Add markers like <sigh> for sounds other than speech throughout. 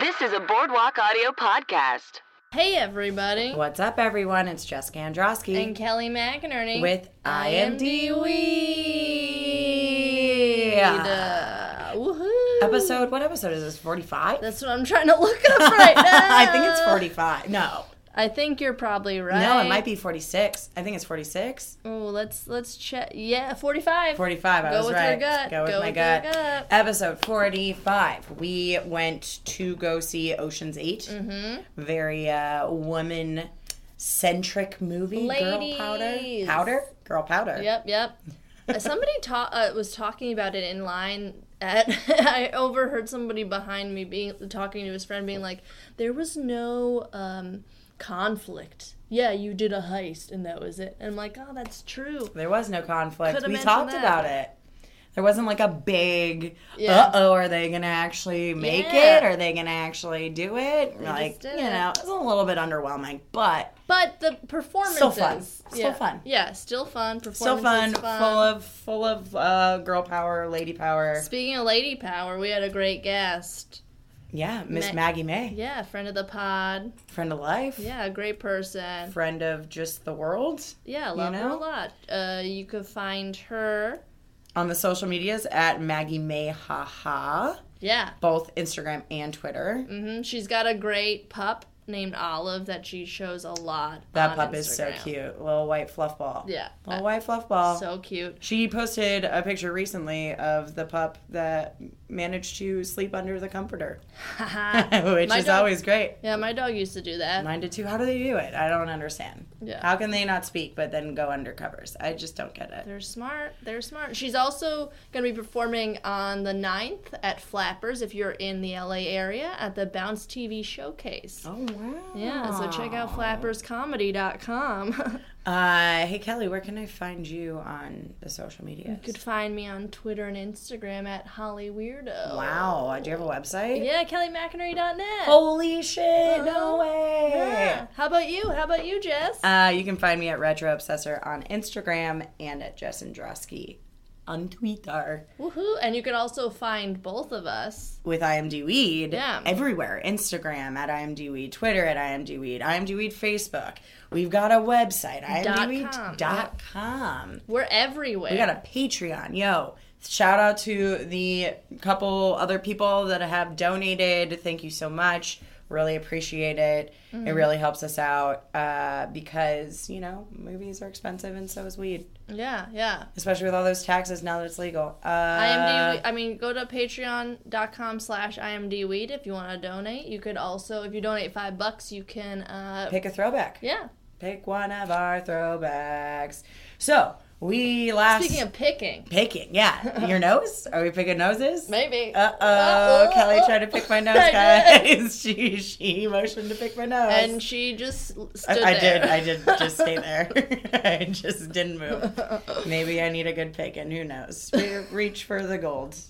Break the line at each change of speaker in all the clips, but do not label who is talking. This is a Boardwalk Audio podcast.
Hey everybody,
What's up, everyone? It's Jessica
and
Androsky
Kelly McInerney
with IMD Weed.
Uh, woohoo!
Episode, what episode is this? 45?
That's what I'm trying to look
<laughs>
up right now.
I think it's 45. No.
I think you're probably right.
No, it might be 46. I think it's 46.
Oh, let's let's check. Yeah, 45.
45. I
Go
was
with your
right.
gut.
Go with
Go
my
with your
gut.
gut.
Episode 45. We went to go see Ocean's 8. Mm-hmm. Very uh, woman centric movie. Girl powder.
Ladies.
Powder? Girl powder.
Yep,
<laughs>
yep. Uh, somebody ta- uh, was talking about it in line. At <laughs> I overheard somebody behind me being talking to his friend, being like, "There was no um, conflict. Yeah, you did a heist, and that was it." And I'm like, "Oh, that's true."
There was no conflict.
Coulda
we
mentioned
talked
that.
about it. There wasn't like a big,
Yeah.
uh oh, are they gonna actually make
Yeah.
it? Are they gonna actually do it? like, you
did it.
know, it's a little bit underwhelming, but
But the performances
Still fun. Still
yeah.
fun.
Yeah, still fun. Performances
still fun,
fun.
full of full of uh, girl power, lady power.
Speaking of lady power, we had a great guest.
Yeah, Miss
Ma-
Maggie May,
Yeah, friend of the pod.
friend of life,
Yeah, a great person.
friend of just the world.
Yeah, love her a
know?
lot. Uh, you could find her.
On the social medias at Maggie May Haha,
Yeah.
both Instagram and Twitter.
hmm She's got a great pup named Olive that she shows a lot.
That
on
pup is so
Instagram.
cute, little white fluff ball.
Yeah.
little white fluff ball.
So cute. <laughs>
She posted a picture recently of the pup that managed to sleep under the comforter, <laughs> which
Ah, My
is
dog-
always great.
yeah, my dog used to do that.
Mine did too. How do they do it? I don't understand.
Yeah.
How can they not speak but then go under covers? I just don't get it.
They're smart. They're smart. She's also going to be performing on the 9th at Flappers if you're in the LA area at the Bounce TV Showcase.
Oh wow.
Yeah, so check out flapperscomedy.com.
Uh, hey Kelly, where can I find you on the social media?
<laughs> you could find me on Twitter and Instagram at Holly Weirdo.
Wow. Oh, Do you have a website?
Yeah, kellymcInerney.net.
Holy shit! No
Uh-huh.
way.
Yeah. How about you? How about you, Jess?
Uh, you can find me at Retro Obsessor on Instagram and at Jess Androsky on Twitter.
Woohoo! And you can also find both of us.
with IMD Weed
Yeah.
everywhere. Instagram at IMD Weed, Twitter at IMD Weed, IMD Weed Facebook. We've got a website,
com.
imdweed.com. Dot com.
We're everywhere.
We got a Patreon. Yo, shout out to the couple other people that have donated. Thank you so much. Really appreciate it.
Mm-hmm.
It really helps us out uh, because, you know, movies are expensive and so is weed,
yeah, yeah.
especially with all those taxes now that it's legal. Uh,
IMD, I mean, go to patreon.com slash imdweed if you want to donate. You could also, if you donate five bucks, you can, uh,
Pick a throwback.
yeah.
pick one of our throwbacks. So we last
Speaking of picking,
picking,
<laughs>
yeah, your nose. Are we picking noses?
maybe.
Uh oh,
Uh-oh.
Kelly tried to pick
<laughs>
my nose,
I did.
guys. <laughs> she she motioned to pick my nose.
And she just l- stood
I, I
there.
did. I did just stay
<laughs>
there. <laughs> I just didn't move. Maybe I need a good pick, and who
<laughs>
knows? We reach for the gold. <laughs>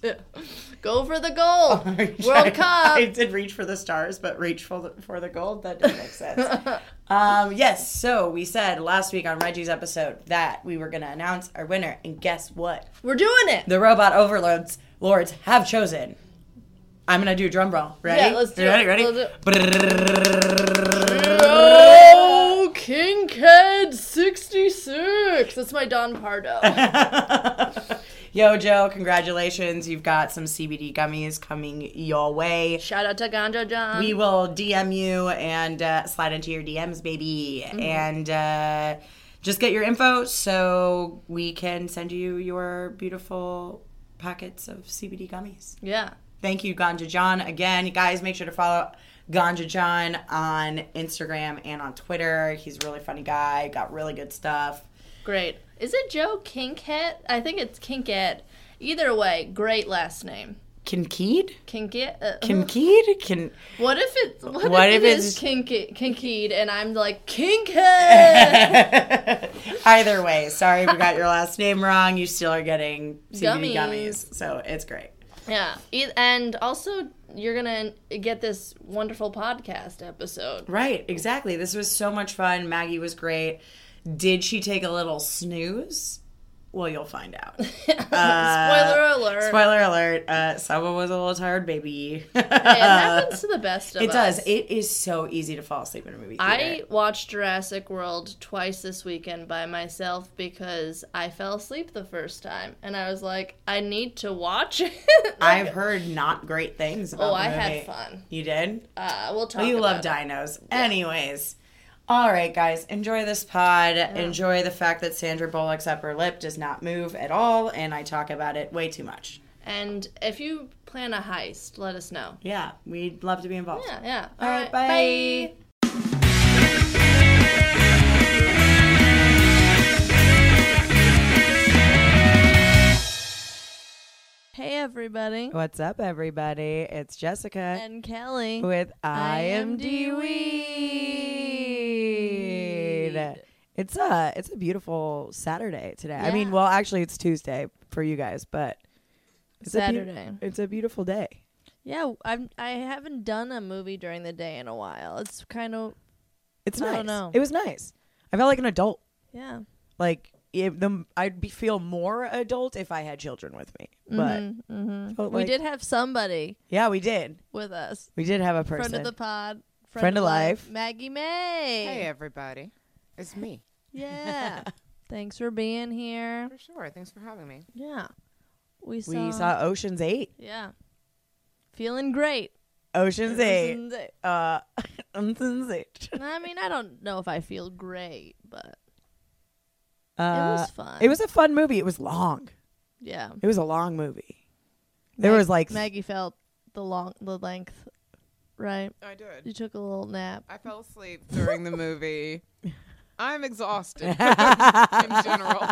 Go for the goal.
I,
World Cup.
I did reach for the stars, but reach for the, for the gold. That didn't make sense.
<laughs>
um, yes. So we said last week on Reggie's episode that we were going to announce our winner, and guess what?
We're doing it.
The robot overlords lords have chosen. I'm gonna do a drum roll. Ready?
Yeah, let's do
You ready,
it.
Ready?
Let's
Brrrr.
Oh, Kinghead 66. That's my Don Pardo.
<laughs> <laughs> Yo, Joe, congratulations. You've got some CBD gummies coming your way.
Shout out to Ganja John.
We will DM you and uh, slide into your DMs, baby,
Mm-hmm.
and uh, just get your info so we can send you your beautiful packets of CBD gummies.
yeah.
Thank you, Ganja John. Again, you guys, make sure to follow Ganja John on Instagram and on Twitter. He's a really funny guy. Got really good stuff.
Great. Is it Joe Kinkhead? I think it's Kinkhead. Either way, great last name.
Kinkeed?
Kinkhead? Uh,
Mm. Kinkeed? Kin-
what if it's what,
What if
if, it is Kinkhead, Kinkheed and I'm like Kinkhead?
<laughs> <laughs> Either way, sorry if we got your last name wrong. You still are getting CBD
Gummies.
gummies, so it's great.
yeah. E- And also you're going to get this wonderful podcast episode. <laughs>
Right, exactly. This was so much fun. Maggie was great. Did she take a little snooze?
Well, you'll find out.
Spoiler alert.
Spoiler alert: uh, Selma was a little tired baby.
Hey, it happens to the best of
It
us.
does. It is so easy to fall asleep in a movie
I
theater.
watched Jurassic World twice this weekend by myself because I fell asleep the first time and I was like, I need to watch <laughs> it.
I, have heard not great things about
oh,
the
I had
movie.
fun.
You did?
Uh, we'll talk.
Oh, you love
about it.
dinos. Anyways. All right, guys, enjoy this pod. Enjoy the fact that Sandra Bullock's upper lip does not move at all, and I talk about it way too much.
And if you plan a heist, let us know.
Yeah, we'd love to be involved.
Yeah, yeah.
All right, bye.
Hey, everybody.
What's up, everybody? It's Jessica
And Kelly.
with
I am D
Weed.
Weed.
It's a it's a beautiful Saturday today. I mean,
Yeah.
well, actually, it's Tuesday for you guys, but it's a beau-
Saturday.
it's a beautiful day.
Yeah, I'm. I haven't done a movie during the day in a while. It's kind of
It's
I
nice.
don't know.
It was nice. I felt like an adult.
yeah.
Like it, the, I'd be, feel more adult if I had children with me. But felt
Mm-hmm, we
like-
did have somebody
Yeah, we did.
with us.
We did have a person.
Friend of the pod.
Friend of life.
Maggie May.
Hey, everybody. It's me.
<laughs>
Yeah. Thanks for being here.
For sure. Thanks for having me.
Yeah. We saw.
we saw Ocean's Eight.
Yeah. Feeling great.
Ocean's Eight.
Ocean's Eight.
Uh, <laughs> Ocean's Eight.
I mean, I don't know if I feel great, but
Uh,
it was fun.
It was a fun movie. It was long.
yeah.
It was a long movie. There
Mag-
was like
Maggie felt the long the length, right?
I did.
You took a little nap.
I fell asleep during the movie. I'm exhausted in general.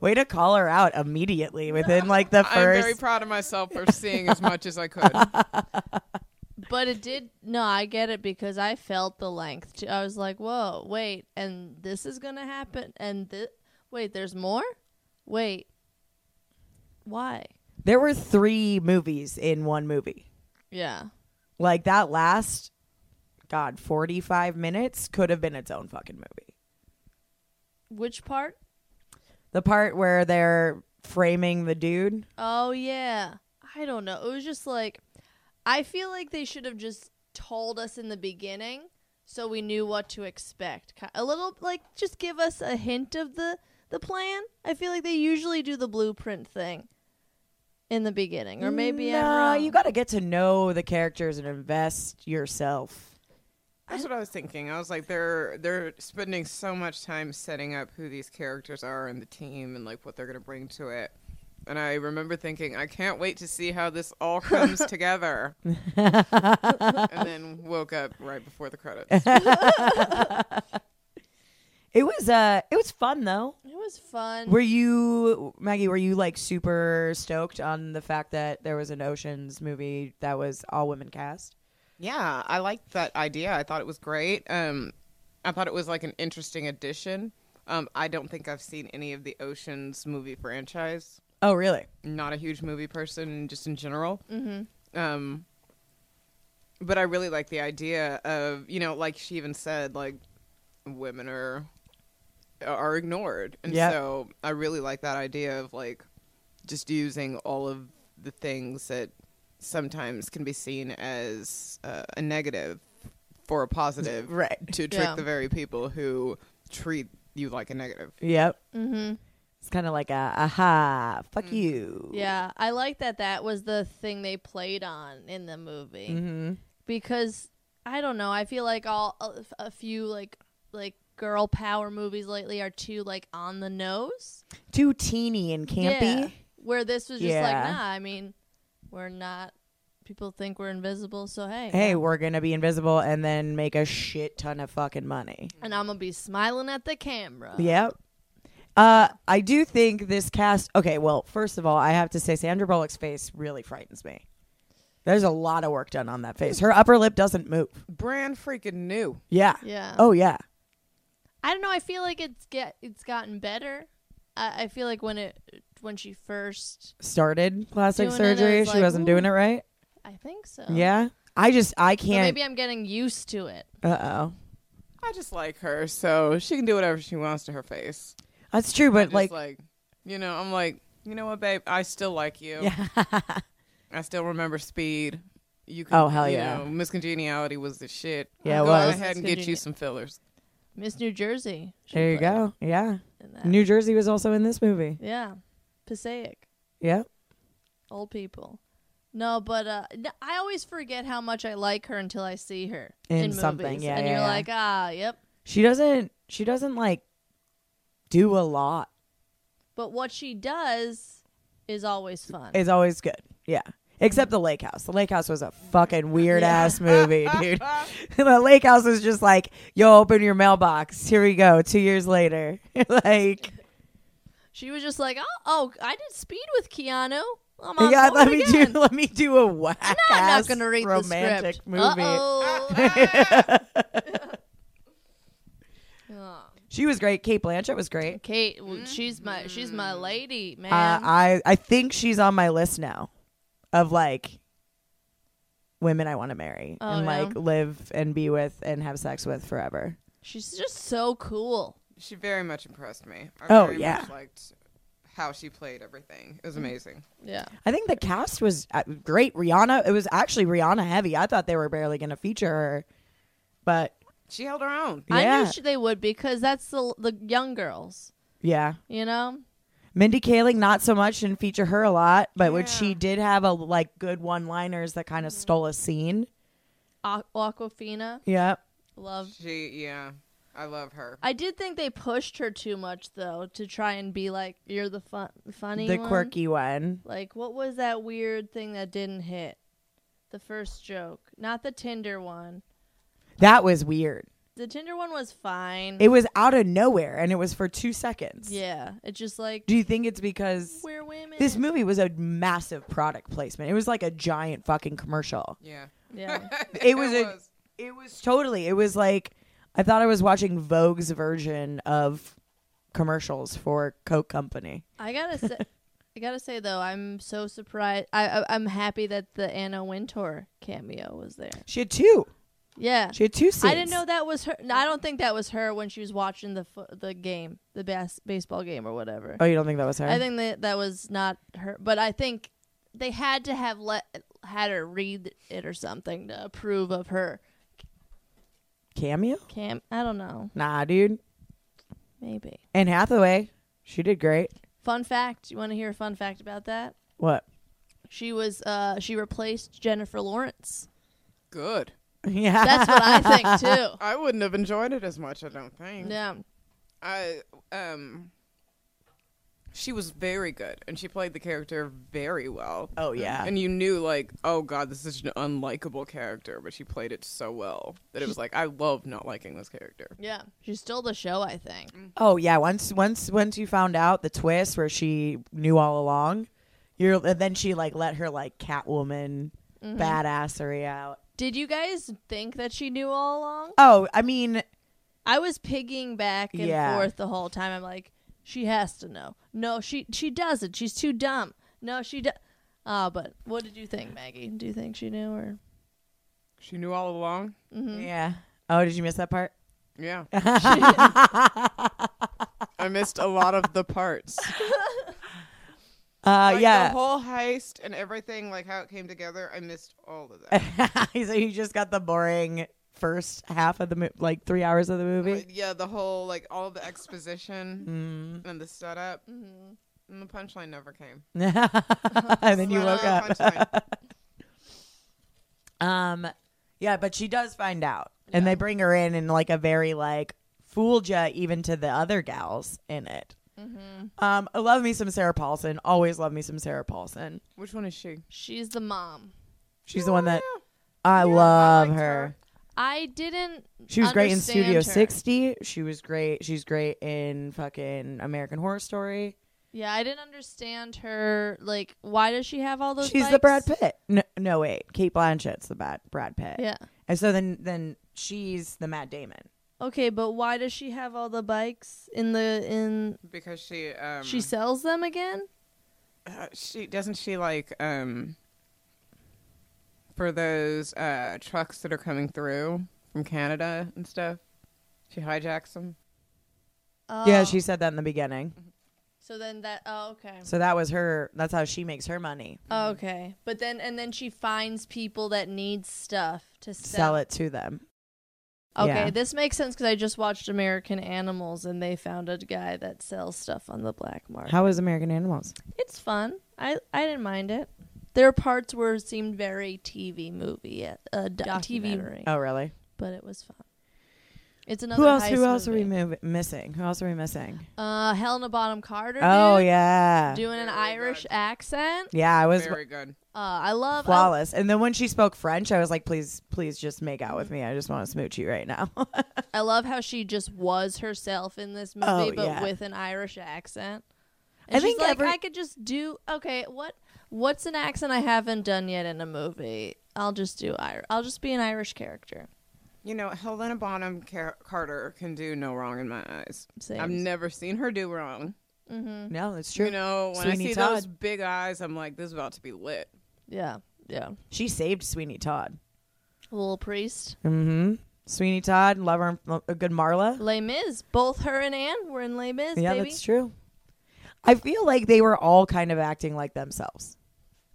Way to call her out immediately within like
<laughs>
the
I'm very
first.
proud of myself for seeing as much as I could.
But it did. No, I get it because I felt the length. too. I was like, "Whoa, wait!" And this is gonna happen. And this, wait, there's more. Wait, why?
there were three movies in one movie.
Yeah,
Like that last, God, 45 minutes could have been its own fucking movie.
which part?
The part where they're framing the dude.
Oh yeah, I don't know. It was just like, I feel like they should have just told us in the beginning so we knew what to expect. Ki- A little like just give us a hint of the the plan. I feel like they usually do the blueprint thing in the beginning, or maybe I'm
Nah,
wrong.
you got to get to know the characters and invest yourself.
That's what I was thinking. I was like, they're they're spending so much time setting up who these characters are and the team and like what they're gonna bring to it. And I remember thinking, I can't wait to see how this all comes together. and then woke up right before the credits.
It was uh, it was fun though.
It was fun.
Were you Maggie? Were you like super stoked on the fact that there was an Ocean's movie that was all women cast?
Yeah, I liked that idea. I thought it was great. Um, I thought it was like an interesting addition. Um, I don't think I've seen any of the Ocean's movie franchise.
Oh, really?
Not a huge movie person, just in general. Mm-hmm. Um, but I really like the idea of you know, like she even said, like women are are ignored, and
Yep.
so I really like that idea of like just using all of the things that sometimes can be seen as uh, a negative for a positive
Right.
to trick
Yeah.
the very people who treat you like a negative.
Yep. Mm-hmm. It's kind of like a aha, fuck you.
Yeah, I like that. That was the thing they played on in the movie
Mm-hmm.
because I don't know. I feel like all a, a few like like girl power movies lately are too like on the nose.
Too teeny and campy.
Yeah, where this was just
Yeah.
like, nah. I mean, we're not. People think we're invisible, so hey.
Hey, we're gonna be invisible and then make a shit ton of fucking money.
And I'm gonna be smiling at the camera.
Yep. Uh, I do think this cast. Okay, well, first of all, I have to say Sandra Bullock's face really frightens me. There's a lot of work done on that face. Her upper lip doesn't move.
Brand freaking new.
Yeah.
Yeah.
Oh yeah.
I don't know. I feel like it's get it's gotten better. I, I feel like when it when she first,
Started plastic
Doing it, I
surgery.
was
She
like,
wasn't doing it right.
I think so.
Yeah. I just I
But
can't.
maybe I'm getting used to it.
Uh oh.
I just like her, so she can do whatever she wants to her face.
That's true, but
Just
like,
like, You know, I'm like, you know what, babe? I still like you.
<laughs>
I still remember Speed. You can,
Oh, hell
you
yeah.
know, Miss Congeniality was the shit.
Yeah, it
Go
was.
ahead and
Miss
get you
Congeni-
some fillers.
Miss New Jersey. should
There you
play
go. Yeah.
in that.
New Jersey was also in this movie.
yeah, Passaic,
Yep.
old people. No, but uh, no, I always forget how much I like her until I see her
In
in,
something,
movies,
yeah,
and
yeah,
you're
yeah.
like, ah, yep.
She doesn't she doesn't like do a lot.
But what she does is always fun.
It's always good. Yeah. Except the Lake House. The Lake House was a fucking weird ass movie,
<laughs>
dude. <laughs> the Lake House was just like, yo, open your mailbox. Here we go. Two years later. <laughs> like,
she was just like, oh, oh, I did speed with Keanu. I'm on
yeah, let me <laughs>
again.
do let me do a whack
I'm not
ass
gonna read
romantic
the script.
movie.
Uh-oh. Oh.
<laughs> She was great. Kate Blanchett was great.
Kate, well, she's my she's my lady, man.
Uh, I I think she's on my list now of like women I want to marry
Oh,
and
yeah?
like live and be with and have sex with forever.
she's just so cool.
She very much impressed me. I
Oh,
very
yeah.
Much liked how she played everything. It was amazing.
Yeah.
I think the cast was uh, great. Rihanna, it was actually Rihanna heavy. I thought they were barely going to feature her, but
She held her own.
I
Yeah.
knew she, they would because that's the the young girls,
yeah.
you know.
Mindy Kaling, not so much, didn't feature her a lot, but when
Yeah.
she did have a like good one-liners that kind of stole a scene.
Aqu- Aquafina,
Yeah,
love.
She, yeah, I love her.
I did think they pushed her too much though to try and be like you're the fun funny
the
one.
quirky one.
Like what was that weird thing that didn't hit? The first joke, not the Tinder one.
That was weird.
The Tinder one was fine.
It was out of nowhere, and it was for two seconds.
yeah, it's just like
Do you think it's because
we're women.
this movie was a massive product placement? It was like a giant fucking commercial.
Yeah. <laughs>
yeah.
Uh, It was a- It was totally. It was like I thought I was watching Vogue's version of commercials for Coke Company.
<laughs> I gotta
<laughs>
say, I gotta say though, I'm so surprised. I, I I'm happy that the Anna Wintour cameo was there.
She had two.
Yeah,
She had two scenes.
I didn't know that was her. no, I don't think that was her when she was watching the fo- the game, the bas- baseball game or whatever.
Oh, you don't think that was her?
I think that that was not her, but I think they had to have let had her read it or something to approve of her
cameo.
cam. I don't know,
Nah, dude.
maybe.
Anne Hathaway. She did great.
Fun fact: You want to hear a fun fact about that?
What?
She was uh she replaced Jennifer Lawrence.
Good.
<laughs> Yeah.
That's what I think too.
I wouldn't have enjoyed it as much, I don't think.
Yeah.
I um she was very good and she played the character very well.
Oh, yeah.
And you knew like, oh god, this is an unlikable character, but she played it so well that it was like I love not liking this character.
Yeah. She stole the show, I think.
Oh yeah, once once once you found out the twist where she knew all along, you're and then she like let her like Catwoman
Mm-hmm.
badassery out.
Did you guys think that she knew all along?
Oh, I mean,
I was pigging back and
Yeah.
forth the whole time. I'm like, she has to know. No, she she doesn't. She's too dumb. No, she does. Ah, but what did you think, Maggie? Do you think she knew or?
She knew all along.
Mm-hmm.
yeah. Oh, did you miss that part? <laughs>
Yeah. I missed a lot of the parts.
Uh,
Like,
yeah.
The whole heist and everything, like how it came together, I missed all of
<laughs>
that.
<laughs> so you just got the boring first half of the mo- like three hours of the movie.
yeah, the whole like all the
Mm-hmm.
exposition and the setup. And the punchline never came.
<laughs> and then you woke
Flat
up.
out punchline.
<laughs> Um, yeah, but she does find out, and they bring her in in like a very like fooled ya even to the other gals in it.
Mm-hmm.
Um, I love me some Sarah Paulson. Always love me some Sarah Paulson.
Which one is she? Oh,
She's the mom.
She's the one that I love her.
I didn't.
She was great in
understand
Studio
her.
60. She was great. She's great in fucking American Horror Story.
Yeah, I didn't understand her. Like, why does she have all those?
She's the
bikes?
Brad Pitt. No, no, wait. Kate Blanchett's the bad Brad Pitt.
Yeah.
And so then then she's the Matt Damon.
Okay, but why does she have all the bikes in the in?
Because she um
She sells them again.
uh, she doesn't she like um for those uh trucks that are coming through from Canada and stuff. She hijacks them.
Oh.
Yeah, she said that in the beginning.
So then that. Oh, okay.
So that was her. That's how she makes her money.
Okay. But then and then she finds people that need stuff to sell.
Sell it to them.
Okay,
Yeah.
this makes sense because I just watched American Animals and they found a guy that sells stuff on the black market.
How is American Animals?
It's fun. I I didn't mind it. There are parts where it seemed very TV movie, uh, uh, do- TV,
Oh, really?
but it was fun. It's another.
Who else?
heist
Who else
movie.
are we move- missing? Who else are we missing?
Uh, Helena Bonham Carter.
Oh
dude,
yeah,
doing an
Very
Irish
good.
accent.
yeah. I was
Mm-hmm. Very good.
Uh, I love. I-
flawless. And then when she spoke French, I was like, please, please, just make out with me. I just want to smooch you right now. <laughs>
I love how she just was herself in this movie,
Oh,
but
yeah.
with an Irish accent.
I
And she's
think
like,
every-
I could just do okay. What what's an accent I haven't done yet in a movie? I'll just do Ir. I'll just be an Irish character.
You know, Helena Bonham Car- Carter can do no wrong in my eyes.
Same. Mm-hmm.
I've never seen her do wrong.
no, that's true.
You know, when
Sweeney
I see
Todd.
those big eyes, I'm like, this is about to be lit.
Yeah, yeah.
she saved Sweeney Todd.
Little priest,
Mm-hmm. Sweeney Todd, love her, a good Marla.
Les Mis. Both her and Anne were in Les Mis.
yeah,
baby.
that's true. I feel like they were all kind of acting like themselves.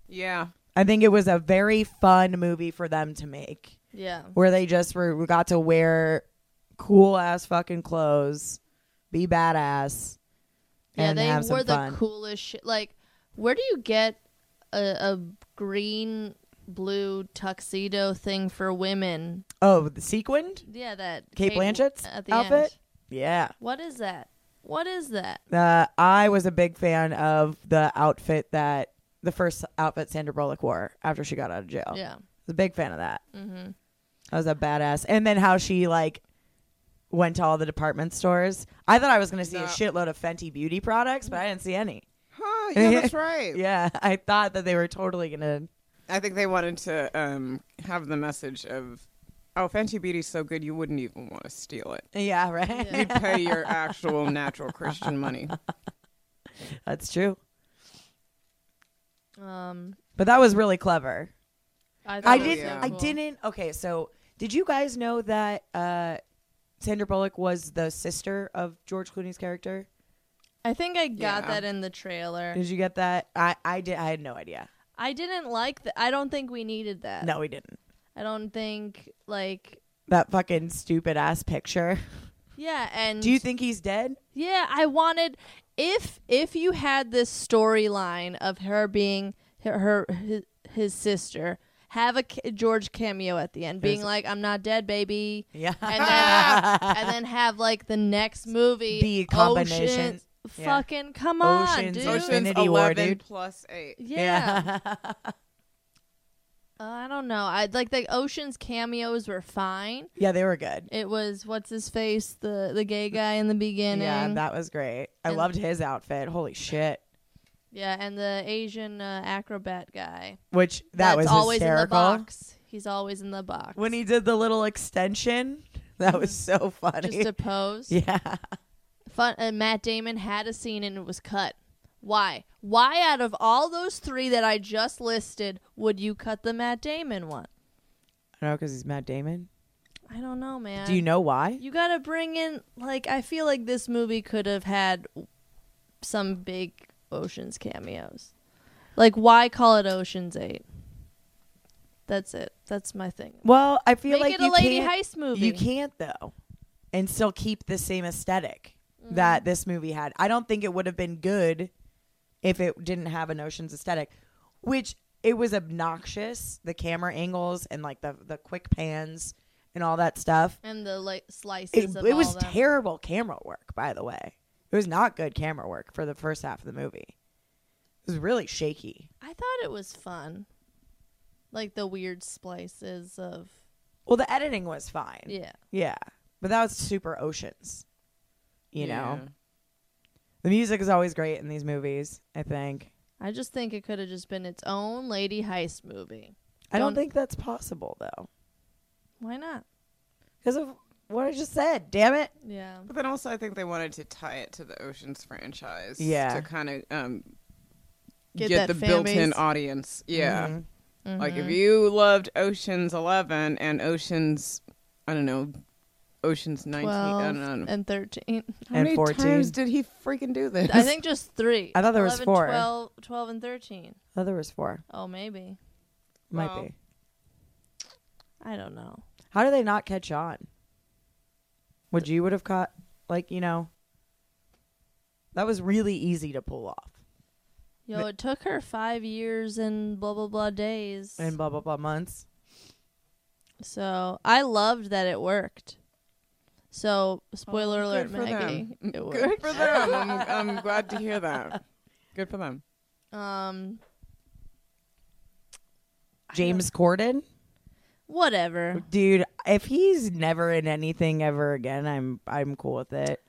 Yeah.
I think it was a very fun movie for them to make,
Yeah,
where they just were we got to wear cool ass fucking clothes, be badass,
yeah.
and
They
have some
wore
fun.
the coolest shit. Like, where do you get a, a green? blue tuxedo thing for women
oh, the sequined.
Yeah, that
Kate Blanchett's
at the
outfit?
End.
Yeah.
What is that? What is that?
Uh, I was a big fan of the outfit that the first outfit Sandra Bullock wore after she got out of jail.
Yeah,
was a big fan of that. Mm-hmm. I was a badass. And then how she like went to all the department stores. I thought I was going to see a
No.
shitload of Fenty beauty products, but I didn't see any. <laughs>
Huh, yeah, that's right.
Yeah, <laughs> I thought that they were totally going to.
I think they wanted to um, have the message of, oh, Fenty Beauty's so good you wouldn't even want to steal it.
Yeah, right.
You'd
<laughs>
pay your actual natural Christian money.
That's true.
um,
But that was really clever.
thought
I
it was
didn't.
yeah.
so
I
cool.
didn't. Okay, so did you guys know that uh, Sandra Bullock was the sister of George Clooney's character?
I think I got
Yeah.
that in the trailer.
Did you get that? I I did. I had no idea.
I didn't like that. I don't think we needed that.
No, we didn't.
I don't think like
That fucking stupid ass picture.
yeah. And
Do you think he's dead?
yeah, I wanted if if you had this storyline of her being her, her his, his sister. Have a ca- George cameo at the end, being
There's-
like, "I'm not dead, baby."
Yeah. <laughs>
and then, and then have like the next movie
Be a combination.
Oceans-
Yeah.
Fucking come on,
Oceans, Oceans.
dude.
Ocean's
Infinity War,
11
dude.
plus 8.
<laughs>
<laughs>
Yeah, Uh, I don't know. I like the Oceans cameos were fine.
yeah, they were good.
It was what's his face, the the gay guy in the beginning.
Yeah, that was great. I
And-
loved his outfit. Holy shit.
Yeah, and the Asian uh, acrobat guy.
Which that
That's
was
always
hysterical.
in the box. He's always in the box
When he did the little extension, that was so funny.
just to
<laughs>
pose.
yeah.
Fun. Uh, Matt Damon had a scene and it was cut. Why? Why out of all those three that I just listed would you cut the Matt Damon one?
I know because he's Matt Damon.
I don't know, man.
Do you know why?
You gotta bring in like I feel like this movie could have had some big oceans cameos. Like why call it Oceans Eight? That's it. That's my thing.
Well, I feel
Make
like
it
you
a lady
can't,
heist movie.
You can't though, and still keep the same esthetic
Mm-hmm.
that this movie had. I don't think it would have been good if it didn't have an ocean's aesthetic, which it was obnoxious. The camera angles and like the the quick pans and all that stuff.
And the like
It,
slices of
it
all
was
them.
terrible camera work, by the way. It was not good camera work for the first half of the movie. It was really shaky.
I thought it was fun. Like the weird splices of
Well, the editing was fine.
yeah.
Yeah. But that was super oceans. You know?
Yeah.
The music is always great in these movies, I think.
I just think it could have just been its own lady heist movie.
I don't
Don't-
think that's possible though.
Why not?
Because of what I just said, damn it.
Yeah.
But then also, I think they wanted to tie it to the Ocean's franchise.
Yeah.
To kind of um,
Get
get,
that
the
fan
built in
base. Mm-hmm.
audience. Yeah.
Mhm.
Like, if you loved Ocean's 11 and Ocean's, I don't know, Ocean's 19. I
Twelve
don't know.
and thirteen.
<laughs>
How many
And 14.
times did he freaking do this?
I think just three.
I thought there was
11,
four.
12, 12 and thirteen.
I thought there was four.
Oh, maybe.
Might
Well.
be.
I don't know.
How do they not catch on? Would you would have caught like you know? That was really easy to pull off,
Yo, it took her five years and blah blah blah days.
and blah blah blah months.
so I loved that it worked. So spoiler
Oh,
alert,
good for
Maggie,
them.
it
Good
worked.
for them. I'm, I'm glad to hear that. Good for them.
Um,
James Corden,
whatever.
dude. If he's never in anything ever again, I'm I'm cool with it.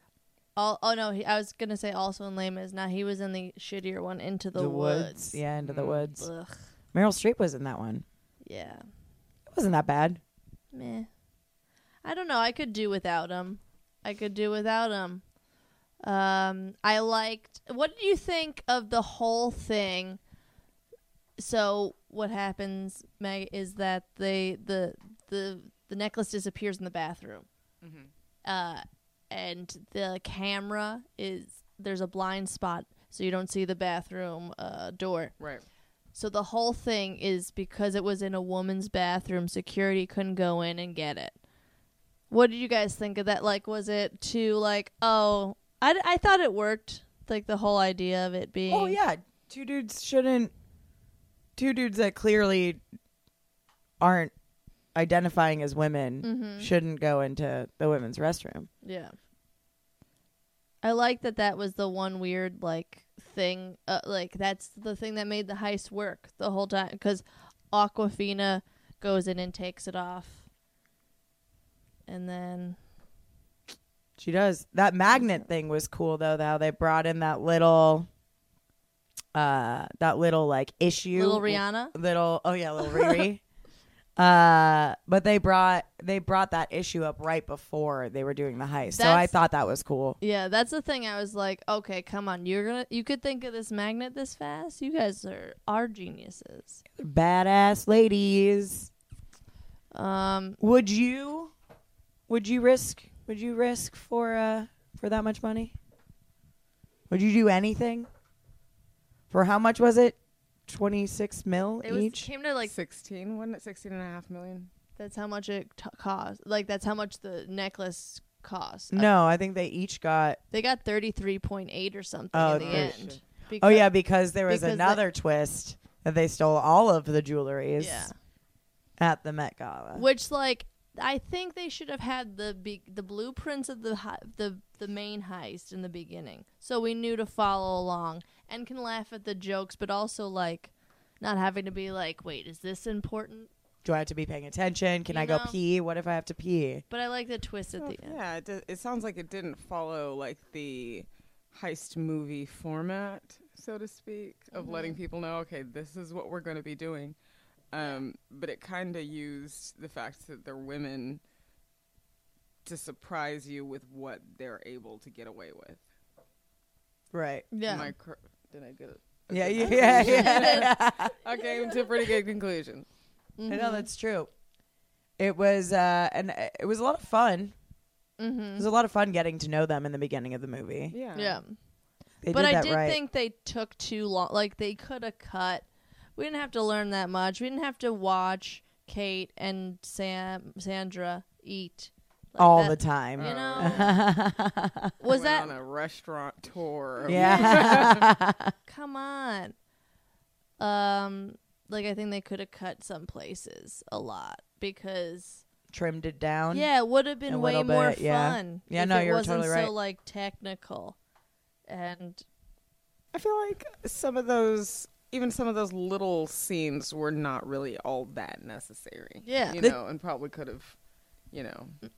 All, oh no, he, I was gonna say also in Lame is not. He was in the shittier one, Into the, Woods.
yeah, into the woods.
Ugh.
Meryl Streep was in that one.
Yeah.
It wasn't that bad.
Meh. I don't know. I could do without him. I could do without him. Um, I liked. What did you think of the whole thing? So what happens, Meg, is that they the the the necklace disappears in the bathroom, uh, and the camera is there's a blind spot, so you don't see the bathroom uh, door.
Right.
So the whole thing is because it was in a woman's bathroom, security couldn't go in and get it. What did you guys think of that? Like, was it too, like, oh, I, I thought it worked. Like, the whole idea of it being.
Oh yeah, two dudes shouldn't. Two dudes that clearly aren't identifying as women shouldn't go into the women's restroom.
Mm-hmm. Yeah. I like that that was the one weird, like, thing. Uh, like, that's the thing that made the heist work the whole time. Because Aquafina goes in and takes it off. And then.
She does. That magnet thing was cool though. How they brought in that little, uh, that little like issue,
Little Rihanna?
little oh yeah, little Riri. <laughs> uh, but they brought they brought that issue up right before they were doing the heist. so I
That's-
thought that was cool.
Yeah, that's the thing. I was like, okay, come on, you're gonna, you could think of this magnet this fast. You guys are are geniuses.
Badass ladies.
Um,
Would you? Would you risk? Would you risk for uh for that much money? Would you do anything? For how much was it? Twenty six mil
it was
each.
came to like
16, wasn't it? 16 and a half million?
that's how much it t- cost. Like that's how much the necklace cost. Uh,
No, I think they each got.
they got thirty three point eight or something
Oh,
in the
thirty-
end.
Oh
Because-
yeah, because there was
because the-
another twist that they stole all of the jewelries
yeah.
at the Met Gala.
Which like I think they should have had the be- the blueprints of the hi- the the main heist in the beginning, so we knew to follow along and can laugh at the jokes, but also like not having to be like, wait, is this important?
Do I have to be paying attention? Can
You
I go
know-
pee? What if I have to pee?
But I like the twist at the end.
Oh, Yeah, it, do- it sounds like it didn't follow like the heist movie format, so to speak,
Mm-hmm.
of letting people know, okay, this is what we're going to be doing. Um, but it kind of used the fact that they're women to surprise you with what they're able to get away with.
Right.
Am I cor- did I get it?
Yeah, yeah, yeah, yeah.
<laughs> I came to a pretty good conclusion.
Mm-hmm.
I know that's true. It was, uh, and uh, it was a lot of fun. It was a lot of fun getting to know them in the beginning of the movie.
Yeah.
Mm-hmm. yeah.
They
but
did
I
that
did
right.
think they took too long. Like they could have cut. We didn't have to learn that much. We didn't have to watch Kate and Sam Sandra eat like
all
that.
the time.
You know,
<laughs>
was
Went
that
on a restaurant tour?
<laughs>
of-
yeah.
come on um like i think they could have cut some places a lot because
<laughs> Trimmed it down.
yeah it would have been
A
way
little
more
bit, yeah.
fun
Yeah,
if
no,
it
you're
wasn't
totally right.
so like technical and
I feel like some of those, even some of those little scenes, were not really all that necessary.
Yeah.
you
The-
know, and probably could have, you know,
or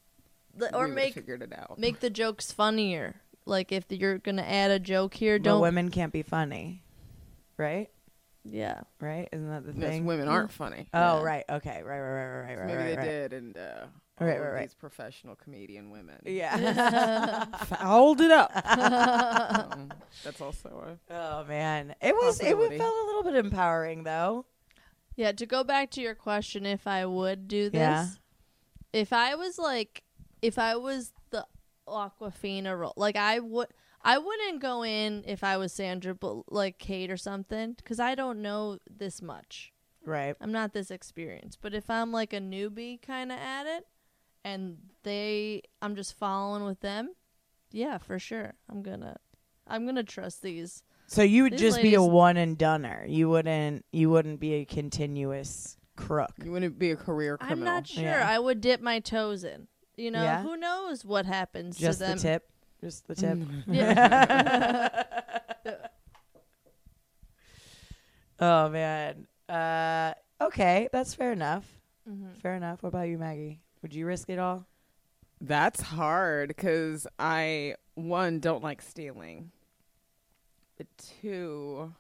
we would've
make
figured it out.
make the jokes funnier like if you're gonna add a joke here
But
don't
women can't be funny. Right?
yeah
Right? Isn't that the
Because
thing?
women aren't funny.
Oh, right. Okay. Right, right, right, right, right,
Maybe
right,
they
right.
did, and uh, all
Right,
of
right, right.
these professional comedian women.
<laughs> Yeah.
<laughs>
Fouled it up.
So Um, that's also
Oh, man. It was, it
Possibility.
felt a little bit empowering, though.
Yeah, to go back to your question if I would do this.
Yeah.
If I was like if I was the Aquafina role, like I would, I wouldn't go in if I was Sandra, but like Kate or something, because I don't know this much.
Right.
I'm not this experienced. But if I'm like a newbie kind of at it, and they, I'm just following with them. Yeah, for sure. I'm gonna, I'm gonna trust these.
So you would
These
just be a
ladies-
one and doneer. You wouldn't. You wouldn't be a continuous crook.
You wouldn't be a career
I'm
criminal.
not sure.
Yeah.
I would dip my toes in. You know,
Yeah.
who knows what happens
Just
to
the
them? Mm-hmm.
tip. Just the tip. <laughs> oh man. Uh, okay, that's fair enough.
Mm-hmm.
Fair enough. What about you, Maggie? Would you risk it all?
That's hard because I one don't like stealing, but two,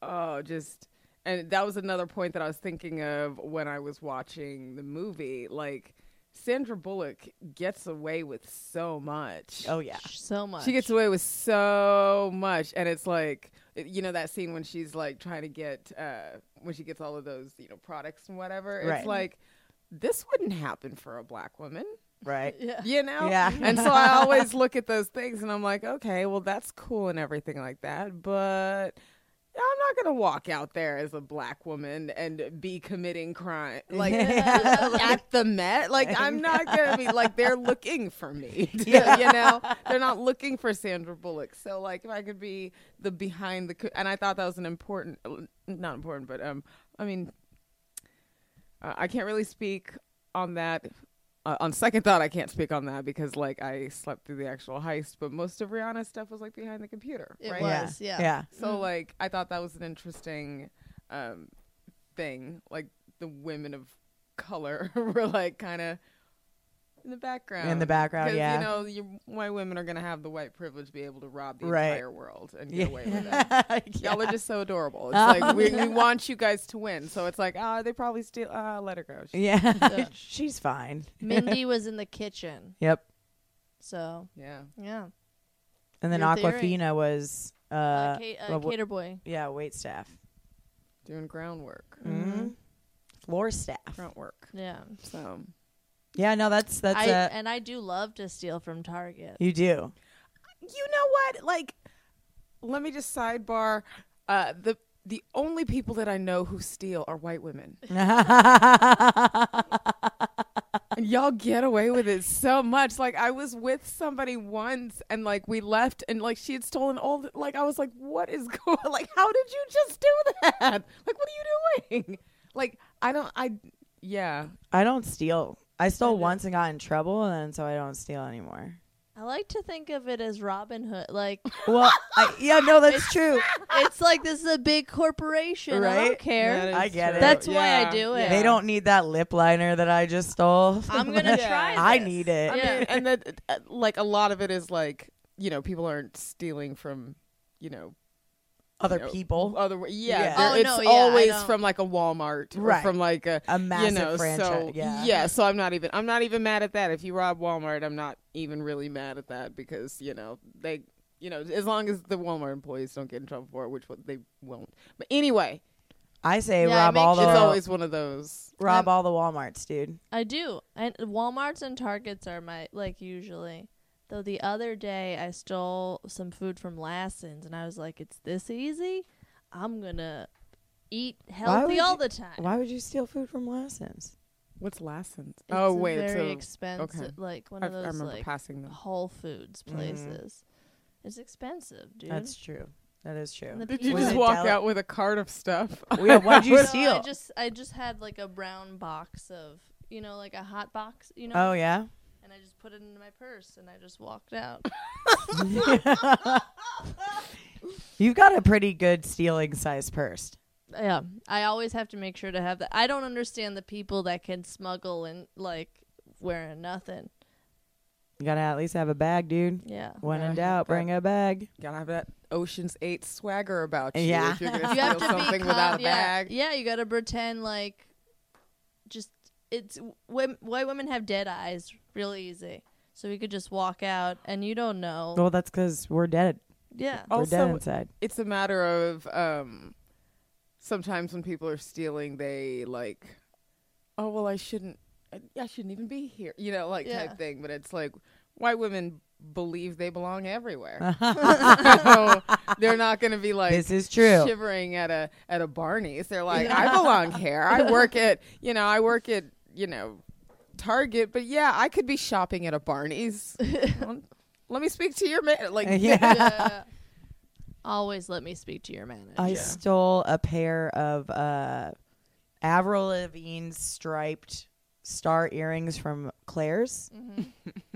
oh, just and that was another point that I was thinking of when I was watching the movie. Like Sandra Bullock gets away with so much.
Oh yeah.
So much.
She gets away with so much, and it's like you know that scene when she's like trying to get uh, when she gets all of those you know products and whatever.
Right.
It's like this wouldn't happen for a black woman,
<laughs>
Right.
Yeah.
<laughs> you know.
Yeah.
And so I always look at those things, and I'm like, okay, well that's cool and everything like that, but. I'm not gonna walk out there as a black woman and be committing crime like <laughs> at the Met. Like I'm not gonna be like they're looking for me. <laughs> you know, they're not looking for Sandra Bullock. So like if I could be the behind the cou- and I thought that was an important, uh, not important, but um, I mean, uh, I can't really speak on that. Uh, on second thought, I can't speak on that because like I slept through the actual heist, but most of Rihanna's stuff was like behind the computer,
It
right?
was. Yes, yeah.
Yeah.
So like I thought that was an interesting um thing. Like the women of color <laughs> were like kind of in the background.
In the background,
'Cause,
yeah.
You know, you, white women are gonna have the white privilege, be able to rob the
Right.
entire world and get
Yeah.
away with
<laughs>
it.
Yeah.
Y'all are just so adorable.
<laughs>
It's like we, we want you guys to win, so it's like ah, they probably steal. Ah, let her go. She-
Yeah. <laughs> She's fine.
Mindy was in the kitchen.
Yep.
So,
yeah.
yeah.
And then
Your
Aquafina
theory.
was uh,
Uh, ca- uh,
well, wh-
cater boy.
yeah, wait staff.
doing groundwork,
Mm-hmm. Floor staff.
front work.
Yeah.
So
Yeah, no, that's that's
I,
uh,
and I do love to steal from Target.
you
<laughs>
do.
you know what? Like, let me just sidebar. Uh, the the only people that I know who steal are
<laughs>
white women, and y'all get away with it so much. Like, I was with somebody once, and like we left, and like she had stolen all. The, like, I was like, "What is <laughs> going? Like, how did you just do that? Like, what are you doing? Like, I don't. I yeah.
I don't steal. I stole once and got in trouble, and so I don't steal anymore.
I like to think of it as Robin Hood. Like, <laughs>
Well, I, yeah, no, that's true.
it's like this is a big corporation. I
Right?
don't care.
I get it.
That's why I do it.
They don't need that lip liner that I just stole. <laughs>
I'm going to
Yeah.
try
I
this.
need it.
I
Yeah.
mean, and that uh, like a lot of it is like you know people aren't stealing from you know
Other
know, uh,
people.
Other, yeah,
Yeah.
there-
Oh,
it's
no, yeah, I
always
don't-
from like a Walmart, or
Right.
From like a,
A massive
you know,
franchise,
So
yeah.
so I'm not even I'm not even mad at that. If you rob Walmart, I'm not even really mad at that because you know they you know as long as the Walmart employees don't get in trouble for it, which what they won't. But anyway,
I say
Yeah, it
rob
makes
all the
it's always one of those.
rob all the WalMarts, dude.
I do. And Walmarts and Targets are my like usually. Though the other day I stole some food from Lassen's and I was like, it's this easy? I'm gonna eat healthy
would
all
you-
the time.
Why would you steal food from Lassens?
What's Lassen's?
It's
oh
a
wait, it's
very
a-
expensive
okay.
like one
I,
of
I
those
remember Mm-hmm.
like
passing them.
Whole Foods places. It's expensive, dude.
That's true. That is true. <laughs>
And the
Did you
people-
Was
just
it
walk
Dell-
out with a cart of stuff?
yeah,
<laughs>
what'd you
No, I
steal?
just I just had like a brown box of you know like a hot box you know
Oh yeah. <laughs>
and I just put it into my purse and I just walked out.
You've got a pretty good stealing size purse.
Yeah, I always have to make sure to have that. I don't understand the people that can smuggle and like wearing nothing.
You gotta at least have a bag, dude.
Yeah,
When
Yeah,
in doubt,
that-
bring a bag.
Gotta have that Ocean's Eight swagger about you.
Yeah.
If you're gonna
you
steal
have to be
something
con-
without a
yeah,
bag.
Yeah, you got to pretend like just it's wom- white women have dead eyes real easy, so we could just walk out and you don't know.
Well, that's because we're dead.
yeah,
We're dead
Also,
inside.
it's a matter of um sometimes when people are stealing they like oh well i shouldn't I- I shouldn't even be here, you know, like
Yeah.
type thing. But it's like why women believe they
<laughs>
belong everywhere. so they're not going to be like
This is true.
shivering at a at a Barney's. They're like, I belong here. I work at you know, I work at you know, Target. But yeah, I could be shopping at a Barney's. Well, Let me speak to your man.
<laughs>
Like,
Uh, <laughs> yeah.
Always let me speak to your manager.
I stole a pair of uh, Avril Lavigne's striped star earrings from Claire's
Mm-hmm.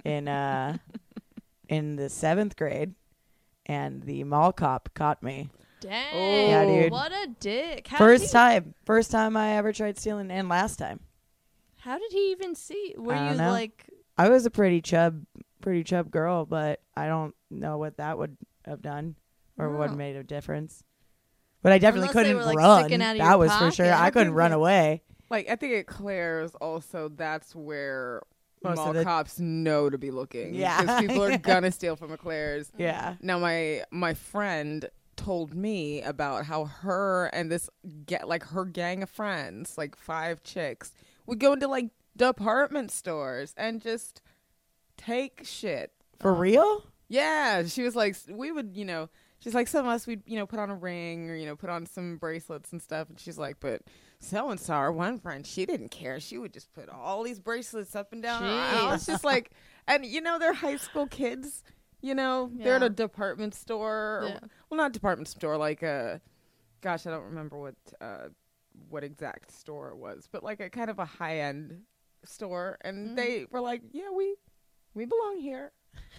in uh,
<laughs>
in the seventh grade, and the mall cop caught me.
Dang.
Yeah, dude.
What a dick. How did he,
First time, first time I ever tried stealing, and last time
How did he even see? Were
I don't
you
know.
like.
I was a pretty chub, pretty chub girl, but I don't know what that would have done or what
Wow.
made a difference. But I definitely
Unless they
couldn't
were, like,
run.
sticking out of
that
your
was for
pocket.
sure. I couldn't run away.
like I think at Claire's also that's where
Most
mall
of Oh, the-
cops know to be looking.
Yeah. <laughs>
because people are gonna steal from a Claire's.
Mm.
Yeah.
Now my my friend told me about how her and this get like her gang of friends, like five chicks, would go into like department stores and just take shit.
For real?
Yeah, she was like, we would, you know, she's like, some of us we'd, you know, put on a ring or you know, put on some bracelets and stuff, and she's like, but so and so, our one friend, she didn't care. She would just put all these bracelets up and down. her aisle. I was just like, <laughs> and you know, they're high school kids. You know, they're at
Yeah.
a department store.
Yeah.
Well, not department store, like a, gosh, I don't remember what uh, what exact store it was, but like a kind of a high end store, and
Mm.
they were like, yeah, we we belong here.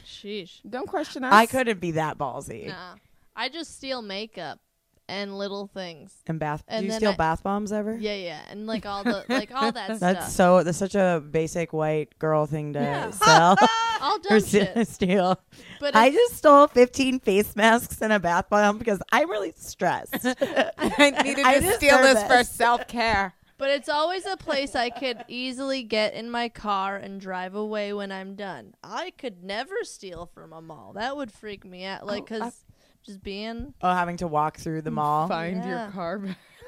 Sheesh.
Don't question us.
I couldn't be that ballsy.
Nah. I just steal makeup and little things.
And bath?
And
do you
then
steal
I-
bath bombs ever?
Yeah, yeah, and like all the like all
That's
that stuff.
so. That's such a basic white girl thing to
Yeah.
sell <laughs>
all
or
dumb
se-
shit.
<laughs> steal.
But
I
it's-
just stole 15 face masks and a bath bomb because I'm really stressed.
<laughs> I needed
I
to steal
deserve
this
it.
for self care.
But it's always a place I could easily get in my car and drive away when I'm done. I could never steal from a mall. That would freak me out. Like, cause just being
oh, having to walk through the mall.
Find your
Yeah.
car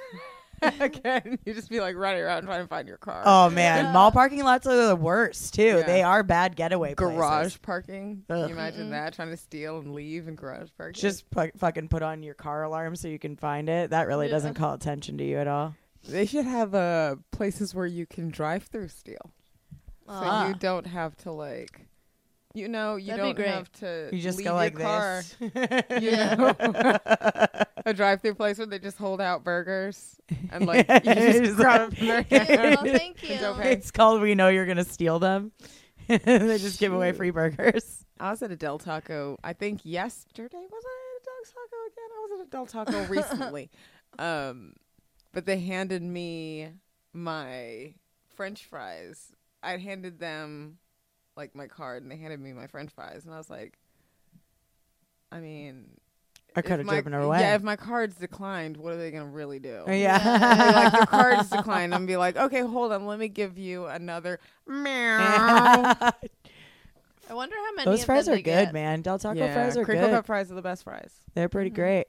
<laughs> back. again. You just be like running around trying to find your car.
Oh man, mall parking lots are the worst too.
Yeah.
They are bad getaway
garage
places.
parking. Can
Ugh.
you imagine that? Trying to steal and leave in garage parking.
Just pu- fucking put on your car alarm so you can find it. That really doesn't call attention to you at all.
they should have uh places where you can drive through steal. So you don't have to like you know, you
That'd be
don't
great.
have to
You just
leave
go
your
like
car.
this. <laughs>
You know? a drive through place where they just hold out burgers and like you
<laughs>
just
It's
grab
like-
<laughs>
them in their
yeah,
hand.
no, thank you.
<laughs>
okay.
It's called We Know You're Gonna Steal Them. <laughs> they just give away free burgers.
I was at a Del Taco, I think yesterday. Was I at a Del Taco again?
<laughs>
I was at a Del Taco recently. Um, but they handed me my french fries. I handed them like my card and they handed me my french fries. And I was like, I mean,
I
if
could have
my-
driven her away. Oh,
Yeah, if my card's declined, what are they going to really do?
Yeah.
Be like,
<laughs>
your card's declined. I'm be like, okay, hold on. Let me give you another
<laughs>
meow.
I wonder how many.
Those
of
fries
them
are
they
good,
get.
man. Del Taco
Yeah,
fries are
crinkle
good.
cut fries are the best fries.
They're pretty
Mm-hmm.
great.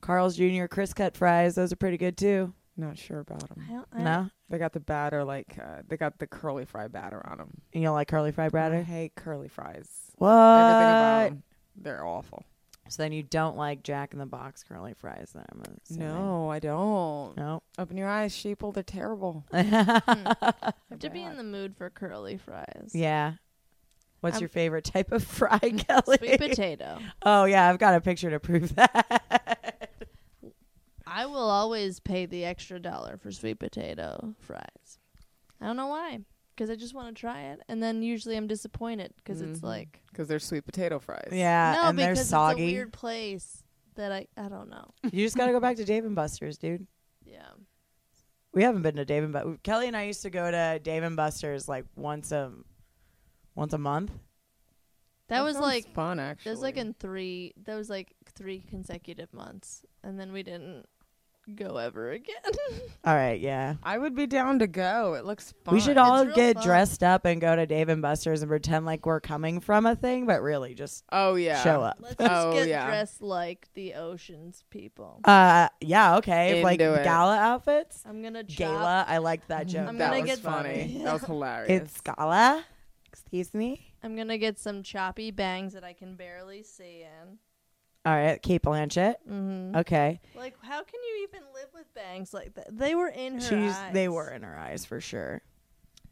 Carl's Jr. Crisp cut fries. Those are pretty good too.
Not sure about them.
I don't, I
No,
They got the batter like uh, they got the curly fry batter on them.
you don't like curly fried
I
batter?
hate curly fries.
What?
Everything about them. They're awful.
So then you don't like Jack in the Box curly fries? Then I'm assuming.
I don't.
No.
Open your eyes, sheeple. They're terrible.
hmm.
<laughs>
have to be in the mood for curly fries.
Yeah. What's
I'm-
your favorite type of
<laughs>
fry, Kelly?
Sweet potato.
Oh yeah, I've got a picture to prove <laughs> that.
I will always pay the extra dollar for sweet potato fries. I don't know why, because I just want to try it, and then usually I'm disappointed because
Mm-hmm.
it's like
Because they're sweet potato fries.
yeah,
no,
and they're
because
soggy.
it's a weird place that I I don't know.
<laughs> You just gotta go back to Dave and Buster's, dude.
Yeah,
We haven't been to Dave and Buster's. Kelly and I used to go to Dave and Buster's like once a once a month.
that, was
sounds
like
fun. Actually,
that was like in three that was like three consecutive months, and then we didn't go ever again. <laughs>
All right, yeah.
I would be down to go. It looks fun.
We should all
real
get
fun.
dressed up and go to Dave and Buster's and pretend like we're coming from a thing, but really just
Oh yeah.
show up.
Let's just
Oh,
get
yeah.
dressed like the oceans people.
Uh, yeah, okay. Like
Into it.
gala outfits.
I'm gonna chop.
Gala, I liked that joke.
I'm
that
gonna
was
get- <laughs>
funny. that was hilarious.
It's gala. Excuse me.
I'm gonna get some choppy bangs that I can barely see in.
All right, Kate Blanchett. Mm-hmm. Okay,
Like, how can you even live with bangs like that? They were in her
she's
eyes.
they were in her eyes for sure.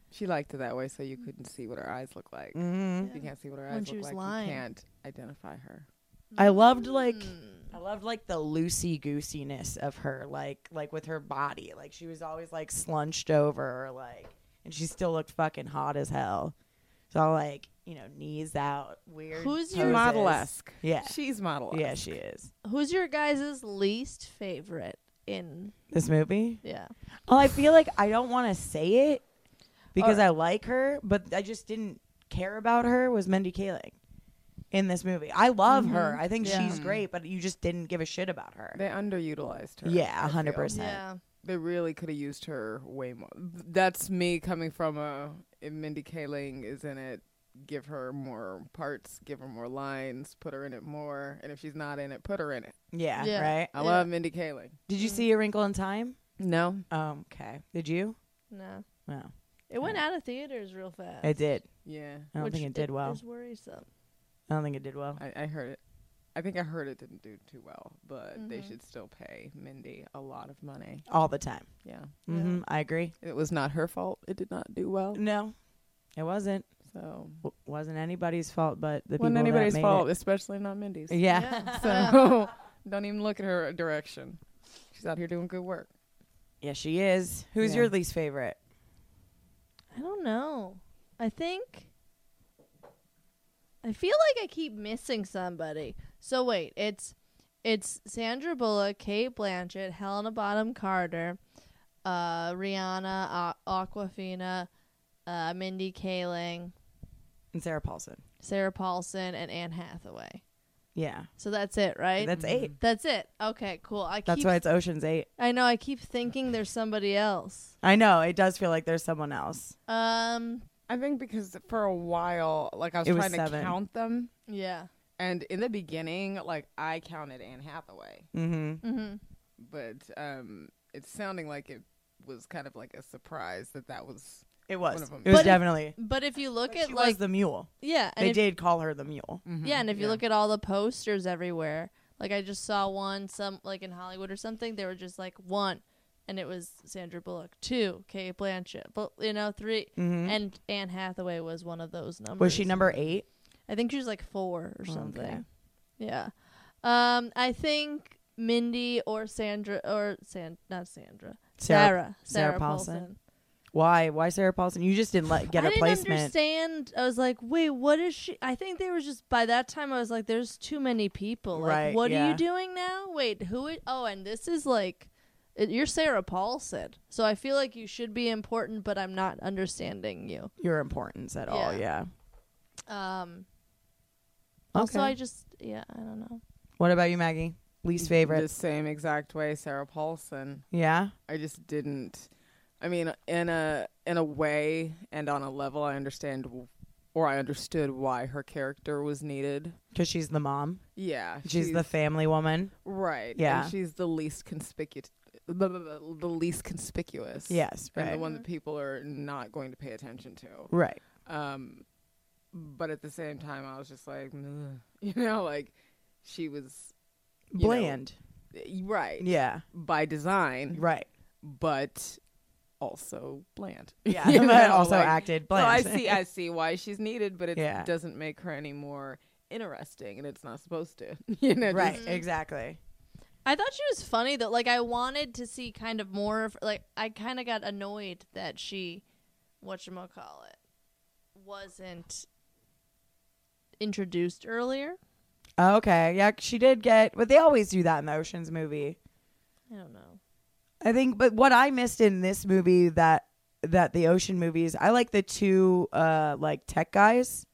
she liked it that way, so you couldn't see what her eyes look like.
Mm.
You can't see what her
When
eyes
she
look
was
like.
lying.
You can't identify her.
I loved like
Hmm.
I loved like the loosey goosiness of her, like like with her body, like she was always like slunched over, or, like, and she still looked fucking hot as hell. So like you know knees out, weird.
Who's your
poses.
Model esque.
Yeah.
She's model esque.
Yeah, she is.
Who's your guys' least favorite in?
This movie.
Yeah.
Well, I feel like I don't want to say it because I like her, but I just didn't care about her. Was Mindy Kaling in this movie? I love her. I think
Yeah.
she's great, but you just didn't give a shit about her.
They underutilized her. I
yeah,
feel.
hundred percent.
Yeah.
They really could have used her way more. That's me coming from a if Mindy Kaling is in it, give her more parts, give her more lines, put her in it more, and if she's not in it, put her in it.
Yeah,
Yeah.
right.
I
Yeah.
love Mindy Kaling.
Did you see A Wrinkle in Time?
No.
Um, okay. Did you?
No.
No,
It went out of theaters real fast.
it did.
Yeah.
I don't think it did well.
It's worrisome.
I don't think it did well.
I, I heard it. I think I heard it didn't do too well, but
Mm-hmm.
they should still pay Mindy a lot of money.
All the time.
Yeah.
hmm I agree.
It was not her fault. It did not do well.
No, it wasn't.
So
W- wasn't anybody's fault, but the people
wasn't
that
anybody's
made it.
fault, especially not Mindy's.
Yeah. yeah,
Yeah.
So <laughs> don't even look at her direction. She's out here doing good work.
she is. Who's
Yeah.
your least favorite?
I don't know. I think. I feel like I keep missing somebody. So wait, it's it's Sandra Bullock, Kate Blanchett, Helena Bonham Carter, uh, Rihanna, A- Aquafina, uh, Mindy Kaling,
And Sarah Paulson.
Sarah Paulson, and Anne Hathaway.
Yeah,
So that's it, right?
that's eight.
That's it. Okay, cool. I
That's
keep
why it's Ocean's Eight.
I know I keep thinking there's somebody else.
I know it does feel like there's someone else.
Um
I think because for a while, like I was
It was
trying
seven.
to count them,
yeah.
and in the beginning, like I counted Anne Hathaway,
Mm-hmm.
Mhm.
but um, it's sounding like it was kind of like a surprise that that was
It
One
was.
of them.
It was
But-
definitely.
But if you look
She
at
was
like Mm-hmm.
the mule.
yeah, and
They
if,
did call her the mule.
Yeah, and if you look at all the posters everywhere, like I just saw one some like in Hollywood or something, they were just like one and it was Sandra Bullock, two, Kate Blanchett, but you know, 3 and Anne Hathaway was one of those numbers.
Mm-hmm. Was she number eight?
I think she was like four or something. Yeah. Um, I think Mindy or Sandra or San not Sandra. Sarah.
Sarah Paulson. Why? Why Sarah Paulson? You just didn't let get
I
a
didn't
placement.
understand. I was like, wait, what is she? I think they were just by that time. I was like, there's too many people. Like,
Right,
what are
yeah.
you doing now? Wait, who? i- oh, and this is like, it, you're Sarah Paulson, so I feel like you should be important, but I'm not understanding you.
Your importance at all.
Yeah.
Yeah.
Um. Also,
Okay.
I just yeah, I don't know.
What about you, Maggie? Least favorite.
the same exact way Sarah Paulson.
yeah.
I just didn't. I mean, in a in a way and on a level, I understand, w- or I understood why her character was needed.
Because she's the mom.
Yeah,
She's, the family woman.
right.
Yeah.
and she's the least conspicuous. The least conspicuous.
Yes.
and
Right.
the one that people are not going to pay attention to.
right.
Um, but at the same time, I was just like, "Ugh," <laughs> you know, like she was you know,
Bland.
right?
yeah.
by design, <laughs>
Right.
but also bland. <laughs>
Yeah. <laughs>
You
but
know,
also
like,
acted
So
bland. <laughs>
I see, I see why she's needed, but it
Yeah.
doesn't make her any more interesting, and it's not supposed to. <laughs> You know,
right.
just-
Exactly.
I thought she was funny though. Like I wanted to see kind of more of like I kind of got annoyed that she whatchamacallit, wasn't introduced earlier.
Okay. Yeah. She did get, but they always do that in the Ocean's movie.
I don't know.
I think, but what I missed in this movie that that the ocean movies, I like the two uh like tech guys.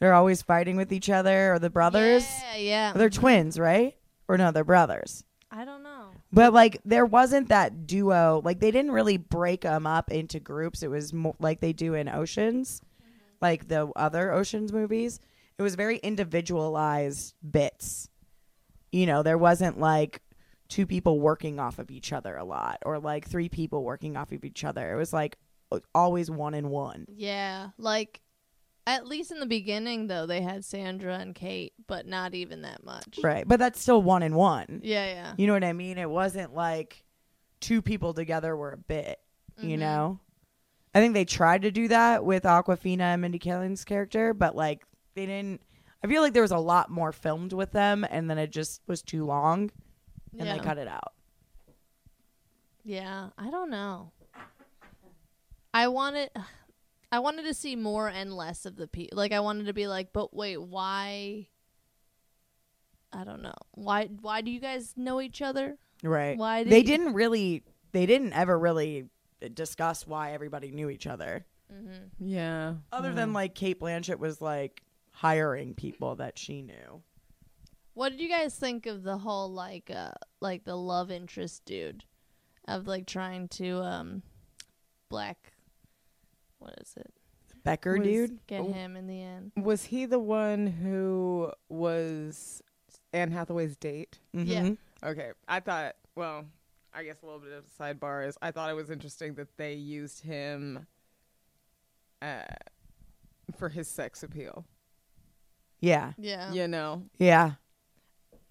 They're always fighting with each other, or the brothers.
Yeah, yeah.
They're twins, right? Or no, they're brothers.
I don't know.
But like there wasn't that duo. Like they didn't really break them up into groups. It was mo- like they do in Oceans, like the other Oceans movies. It was very individualized bits. You know, there wasn't like two people working off of each other a lot or like three people working off of each other. It was like always one and one.
Yeah, like at least in the beginning though they had Sandra and Kate, but not even that much.
Right. But that's still one and one.
Yeah, yeah.
You know what I mean? It wasn't like two people together were a bit, you
Mm-hmm.
know? I think they tried to do that with Aquafina and Mindy Kaling's character, but like they didn't. I feel like there was a lot more filmed with them, and then it just was too long, and
yeah.
they cut it out.
Yeah, I don't know. I wanted I wanted to see more and less of the people. Like I wanted to be like, "But wait, why I don't know. Why why do you guys know each other?"
Right.
Why did
they
you-
didn't really? They didn't ever really discuss why everybody knew each other,
Mm-hmm.
Yeah.
other than like Kate Blanchett was like hiring people that she knew.
What did you guys think of the whole like uh like the love interest dude of like trying to um black what is it?
Becker,
Was-
dude. Oh.
Get him in the end.
Was he the one who was Anne Hathaway's date?
Mm-hmm.
Yeah.
Okay, I thought. Well, I guess a little bit of a sidebar is I thought it was interesting that they used him uh, for his sex appeal.
Yeah.
Yeah.
You know,
Yeah.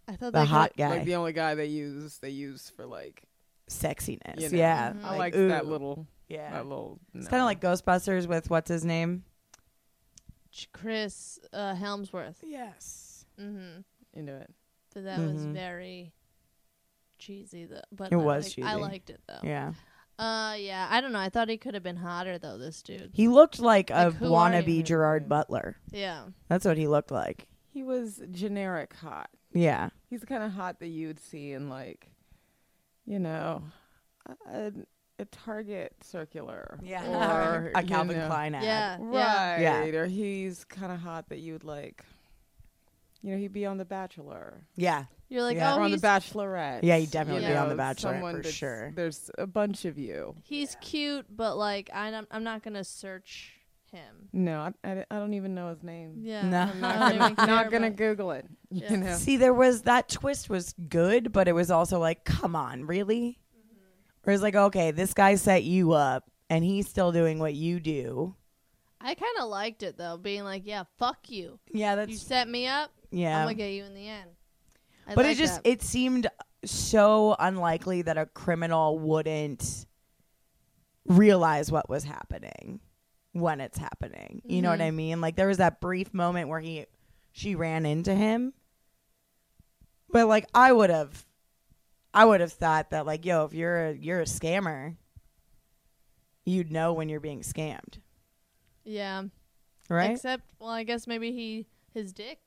I thought
The
they
hot
could-
guy.
like the only guy they use they use for like.
sexiness.
You know.
Yeah.
Mm-hmm.
I liked
ooh.
that little.
Mm. Yeah.
That little.
It's kind of like Ghostbusters with what's his name?
Chris uh, Helmsworth.
Yes.
Mhm.
into it.
But that was
Mhm.
very cheesy though. But
It
I
was
like- I
cheesy.
liked it though.
Yeah.
Uh yeah, I don't know. I thought he could have been hotter though this dude.
He looked like a
Like, who are you?
wannabe Gerard Butler.
Yeah.
That's what he looked like.
He was generic hot.
Yeah.
He's the kind of hot that you'd see in like, you know, a, a Target circular. Or
<laughs> a
you
Calvin
know,
Klein ad.
Yeah. Yeah.
Right.
Yeah.
Or he's kind of hot that you'd like. You know, he'd be on The Bachelor.
Yeah.
You're like,
Yeah.
"Oh,
or on The
he's,
Bachelorette.
Yeah, he'd definitely
be on
know,
The Bachelorette
someone
for
that's-
sure.
There's a bunch of you.
he's cute, but like I don't, I'm not going to search him."
No, I, I, I don't even know his name.
Yeah.
No.
<laughs>
<laughs>
I'm not
I'm
gonna even care
not gonna
about-
Google it. <laughs>
Yeah.
You know,
See, there was that twist was good, but it was also like, come on, really?
Mm-hmm.
Or it's like, okay, this guy set you up and he's still doing what you do.
I kind of liked it though, being like, "Yeah, fuck you.
Yeah,
You set me up.
yeah.
I'm going to get you in the end." I
but
like
it just
that.
it seemed so unlikely that a criminal wouldn't realize what was happening when it's happening you know what
Mm-hmm.
i mean like there was that brief moment where he she ran into him but like i would have i would have thought that like yo if you're a you're a scammer you'd know when you're being scammed
Yeah.
right
Except, well, I guess maybe he his dick.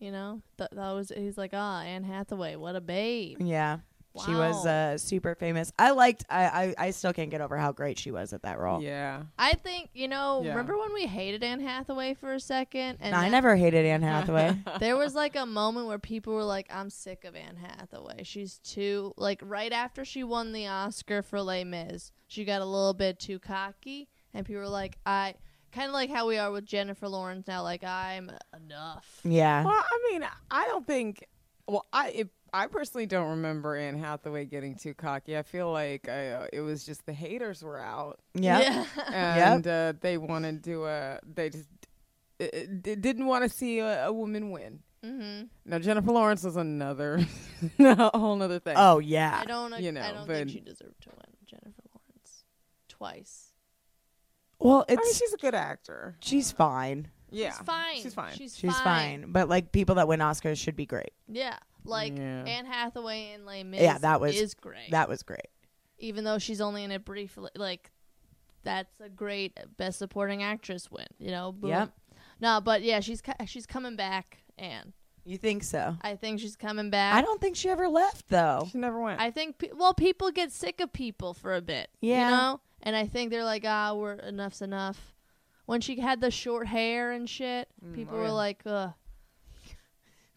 You know, Th- that was he's like, ah, Anne Hathaway, what a babe.
yeah she was
Wow.
uh, super famous i liked I, I i still can't get over how great she was at that role
yeah.
I think you know.
Yeah.
Remember when we hated Anne Hathaway for a second? And
No, I
that-
never hated Anne
<laughs>
Hathaway.
There was like a moment where people were like, "I'm sick of Anne Hathaway. She's too like." Right after she won the Oscar for Les Mis, she got a little bit too cocky, and people were like, "I." Kind of like how we are with Jennifer Lawrence now. Like I'm enough.
yeah.
Well, I mean, I don't think. Well, I if, I personally don't remember Anne Hathaway getting too cocky. I feel like I, uh, it was just the haters
<laughs>
were out,
Yeah.
and uh, they wanted to. Uh, they just uh, uh, d- didn't want to see a, a woman win.
<laughs> Mm-hmm.
Now Jennifer Lawrence is another <laughs> a whole other thing.
Oh
I
yeah.
don't.
You
I
know,
don't
but-
think she deserved to win. Jennifer Lawrence twice.
Well,
I mean,
it's
she's a good actor.
she's fine.
Yeah,
She's fine.
She's fine.
She's,
She's fine. But like people that win Oscars should be great.
Yeah, like
Yeah.
Anne Hathaway and Les Mis.
Yeah, that was-
is great.
That was great.
even though she's only in it briefly, like that's a great Best Supporting Actress win. You know. Boom.
Yep.
No, but yeah, she's co- she's coming back, Anne.
You think so?
I think she's coming back.
I don't think she ever left though.
she never went.
I think pe- well, people get sick of people for a bit.
Yeah.
You know, and I think they're like, ah, we're enough's enough.
<laughs>
When she had the short hair and shit, people were like, ugh.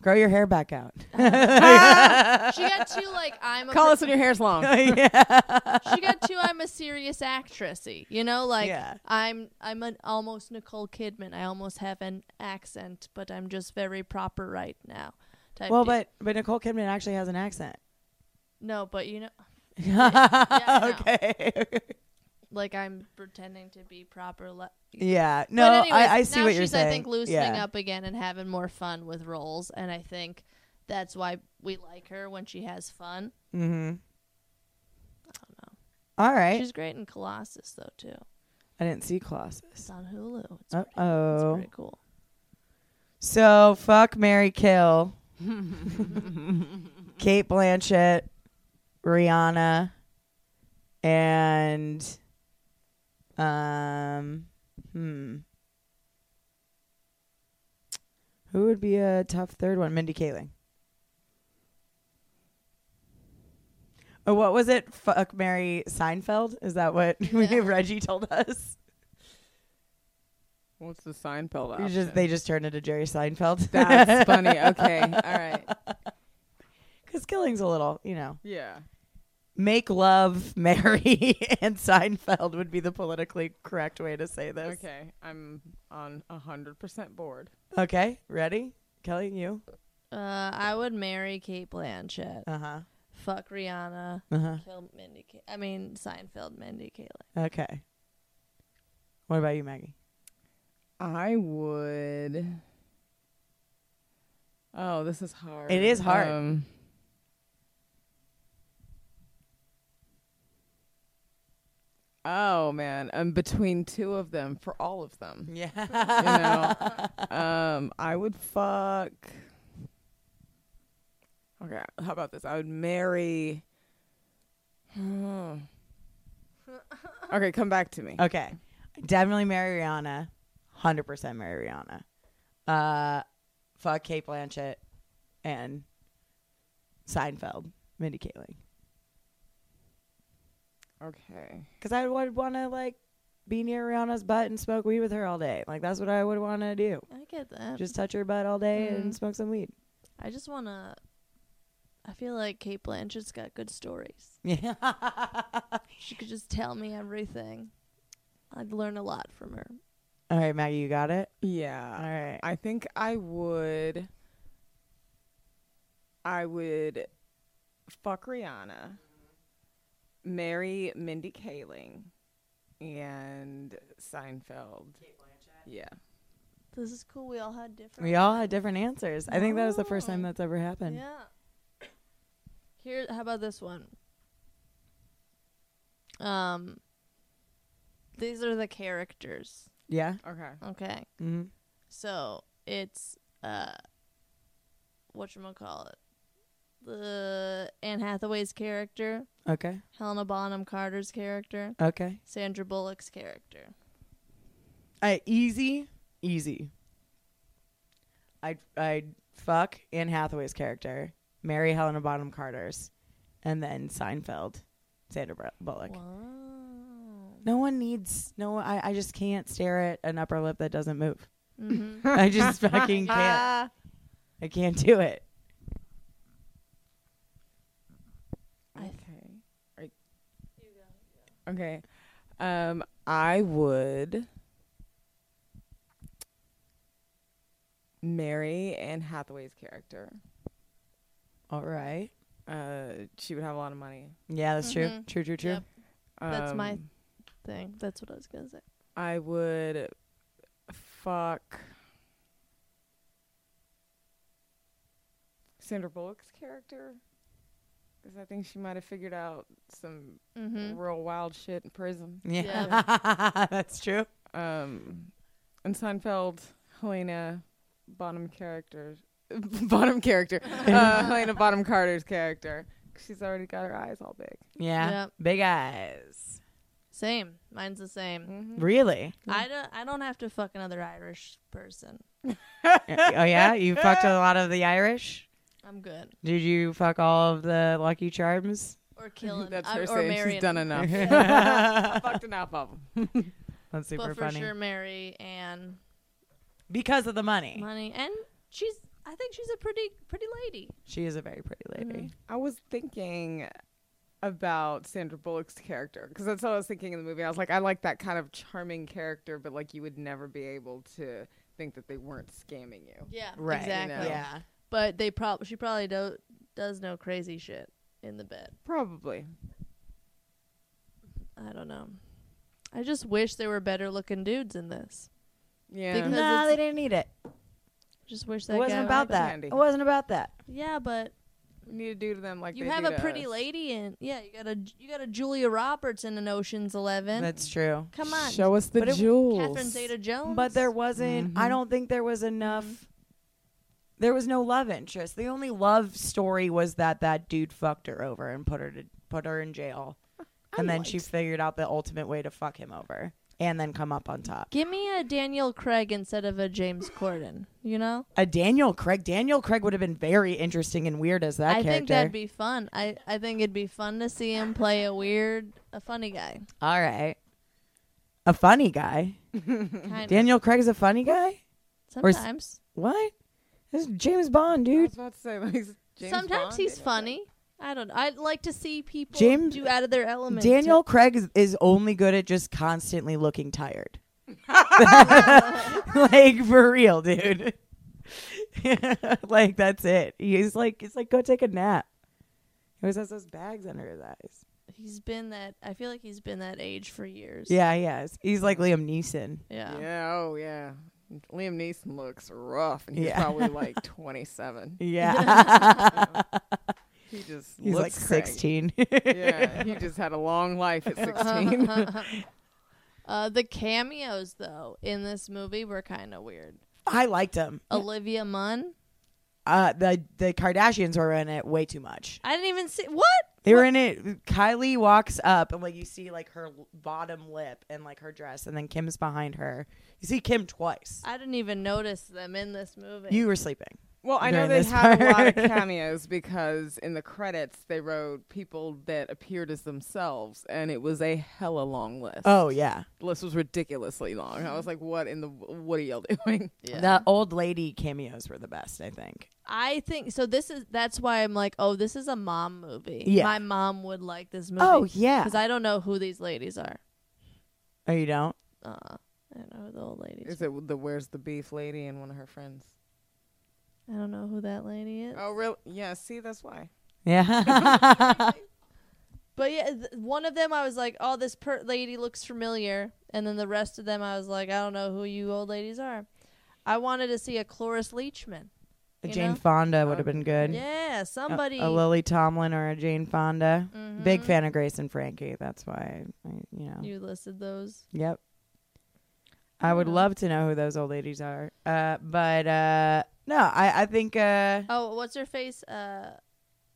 Grow your hair back
<laughs>
out. <laughs>
Ah! She got two like I'm a
Call us when your hair's
<laughs>
long.
she got two I'm a serious actressy. You know, like
Yeah.
I'm I'm an almost Nicole Kidman. I almost have an accent, but I'm just very proper right now. Type
well,
deal.
but but Nicole Kidman actually has an accent.
no, but you know, okay.
<laughs> okay.
Like I'm pretending to be proper. Le-
yeah. No,
but anyways,
I, I see
now
what
she's
you're saying.
I think loosening
yeah.
up again and having more fun with roles, and I think that's why we like her when she has fun.
Mm-hmm. All right.
She's great in Colossus though too.
I didn't see Colossus.
It's on Hulu. It's,
Uh
pretty, it's
oh.
pretty cool.
So fuck Mary Kill. Kate Blanchett, Rihanna, and um hmm. Who would be a tough third one? Mindy Kaling. Oh, what was it? Fuck Mary Seinfeld? Is that what <laughs> Reggie told us?
What's the Seinfeld
You
option?
Just, they just turned into Jerry Seinfeld. <laughs>
That's funny. Okay. All right.
Because killing's a little, you know.
yeah.
Make love, <laughs> marry, and Seinfeld would be the politically correct way to say this.
Okay. I'm on hundred percent board.
Okay, ready? Kelly, you?
Uh, I would marry Kate Blanchett.
Uh huh.
Fuck Rihanna.
Uh huh.
Kill Mindy. K- I mean Seinfeld. Mindy Kaling.
Okay. What about you, Maggie?
I would. Oh, this is hard.
It is hard.
Um, oh man, I'm between two of them for all of them.
Yeah.
You
<laughs>
know, um, I would fuck. Okay, how about this? I would marry. hmm.
<laughs>
okay, come back to me.
Okay. Definitely marry Rihanna. 100% marry Rihanna. Uh, fuck Kate Blanchett and Seinfeld, Mindy Kaling.
Okay.
Because I would want to, like, be near Rihanna's butt and smoke weed with her all day. Like, that's what I would want to do.
I get that.
just touch her butt all day and smoke some weed.
I just wanna. I feel like Kate Blanchett's got good stories.
Yeah.
She could just tell me everything. I'd learn a lot from her.
<laughs> all right, Maggie, you got it.
Yeah.
All right.
I think I would. I would fuck Rihanna, marry Mindy Kaling, and Seinfeld. Yeah.
This is cool. We all had different.
We all had different answers. I think that was the first time that's ever happened.
Yeah. Here, how about this one? Um. These are the characters.
Yeah.
Okay.
Okay.
hmm
So it's uh, what you call it? The Anne Hathaway's character,
Okay.
Helena Bonham Carter's character,
Okay.
Sandra Bullock's character.
Uh, easy. Easy. I'd, I'd fuck Anne Hathaway's character, marry Helena Bonham Carter's, and then Seinfeld, Sandra Bu- Bullock.
<laughs>
Wow.
No one needs, no, I, I just can't stare at an upper lip that doesn't <laughs> move.
Mm-hmm.
I just fucking can't.
Ah.
I can't do it.
Okay. Are- Okay. Um, I would marry Anne Hathaway's character.
All right.
Uh, she would have a lot of money.
Yeah, that's true. True, true, true.
Mm-hmm. Yep. That's my
Um,
thing. That's what I was gonna say.
I would fuck Sandra Bullock's character because I think she might have figured out some
Mm-hmm.
real wild shit in prison.
Yeah, <laughs> that's true.
Um, and Seinfeld, Helena Bonham character, <laughs> Bonham
<laughs>
character, uh, Helena Bonham Carter's character. 'cause She's already got her eyes all big.
Yeah,
Yep.
big eyes.
Same. Mine's the
Mm-hmm.
same.
<laughs>
Really?
I don't. I don't have to fuck another Irish person.
oh
<laughs>
yeah, you fucked a lot of the Irish.
I'm good.
Did you fuck all of the Lucky Charms?
<laughs>
Or killing.
That's
I,
her
or
saying.
marrying.
She's done enough.
<laughs>
I fucked enough of 'em.
That's super
But for
funny
sure, Mary and
because of the money.
money, and she's. I think she's a pretty pretty lady.
She is a very pretty
Mm-hmm.
lady.
I was thinking about Sandra Bullock's character because that's what I was thinking in the movie. I was like, I like that kind of charming character, but like you would never be able to think that they weren't scamming you.
Yeah,
Right.
Exactly.
know.
Yeah.
But they probably she probably do- does know crazy shit in the bed.
Probably.
I don't know. I just wish there were better looking dudes in this.
Yeah.
Because
No,
it's-
they didn't need it.
Just wish that
It wasn't
guy
about
would-
that.
Candy.
It wasn't about that.
Yeah, but
we need to do to them like
you
they
have
do
a
to
pretty
us.
lady in. Yeah, you got a you got a Julia Roberts in an Ocean's Eleven.
That's true.
Come on,
Show us the
But it-
jewels.
Catherine Zeta Jones.
But there wasn't. I don't think there was enough.
Mm-hmm.
There was no love interest. The only love story was that that dude fucked her over and put her to put her in jail, and then she figured out the ultimate way to fuck him over and then come up on top.
Give me a Daniel Craig instead of a James Corden. You know,
A Daniel Craig. Daniel Craig would have been very interesting and weird as that
I
character.
think that'd be fun. I I think it'd be fun to see him play a weird, a funny
<laughs>
guy.
All right. A funny guy.
Kind
Daniel Craig is a funny guy.
of.
or s-
Sometimes,
What? This is James Bond,
I
dude.
was about to say like James
sometimes
Bond
he's
did it.
funny. I don't. know. I'd like to see people
James-
do out of their element.
Daniel Craig is, is only good at just constantly looking
<laughs>
tired. like for real, dude. <laughs> like that's it. He's like he's like go take a nap. He always has those bags under his eyes.
He's been that. I feel like he's been that age for years.
Yeah, he is. He's like Liam Neeson.
Yeah.
Yeah, oh yeah. Liam Neeson looks rough and he's
Yeah.
probably like twenty seven. <laughs>
Yeah. <laughs>
He just
he's like
looks crazy.
sixteen. <laughs>
yeah, he just had a long life
<laughs>
at 16.
Uh, the cameos though in this movie were kind of weird.
I liked him.
Olivia Munn.
Uh, the the Kardashians were in it way too much.
I didn't even see what.
They were in it. Kylie walks up and like you see like her l- bottom lip and like her dress, and then Kim's behind her. You see Kim twice.
I didn't even notice them in this movie.
You were sleeping.
Well, I know
During
they
this
had a lot of
part. <laughs>
cameos because in the credits they wrote people that appeared as themselves, and it was a hella long list.
Oh yeah.
the list was ridiculously long. I was like, "What in the? What are y'all <laughs> doing?"
Yeah.
The old lady cameos were the best, I think.
I think so. This is that's why I'm like, oh, this is a mom movie.
Yeah.
my mom would like this movie.
Oh yeah.
because I don't know who these ladies are.
oh, you don't?
<laughs> Uh, I don't know who the old ladies.
Is it the "Where's the Beef" lady and one of her friends?
I don't know who that lady is.
Oh, really? Yeah. See, that's why.
<laughs> Yeah.
But yeah, th- one of them I was like, oh, this per- lady looks familiar, and then the rest of them I was like, I don't know who you old ladies are. I wanted to see a Cloris Leachman. You
Jane
know?
Fonda would have been good. Uh, oh,
Yeah,
A-
somebody.
A, Lily Tomlin or a Jane Fonda.
Mm-hmm.
Big fan of Grace and Frankie. That's why, I, you know.
you listed those.
Yep. I would love to know who those old ladies are. Uh, but uh, no, I, I think uh,
Oh, what's her face? Uh,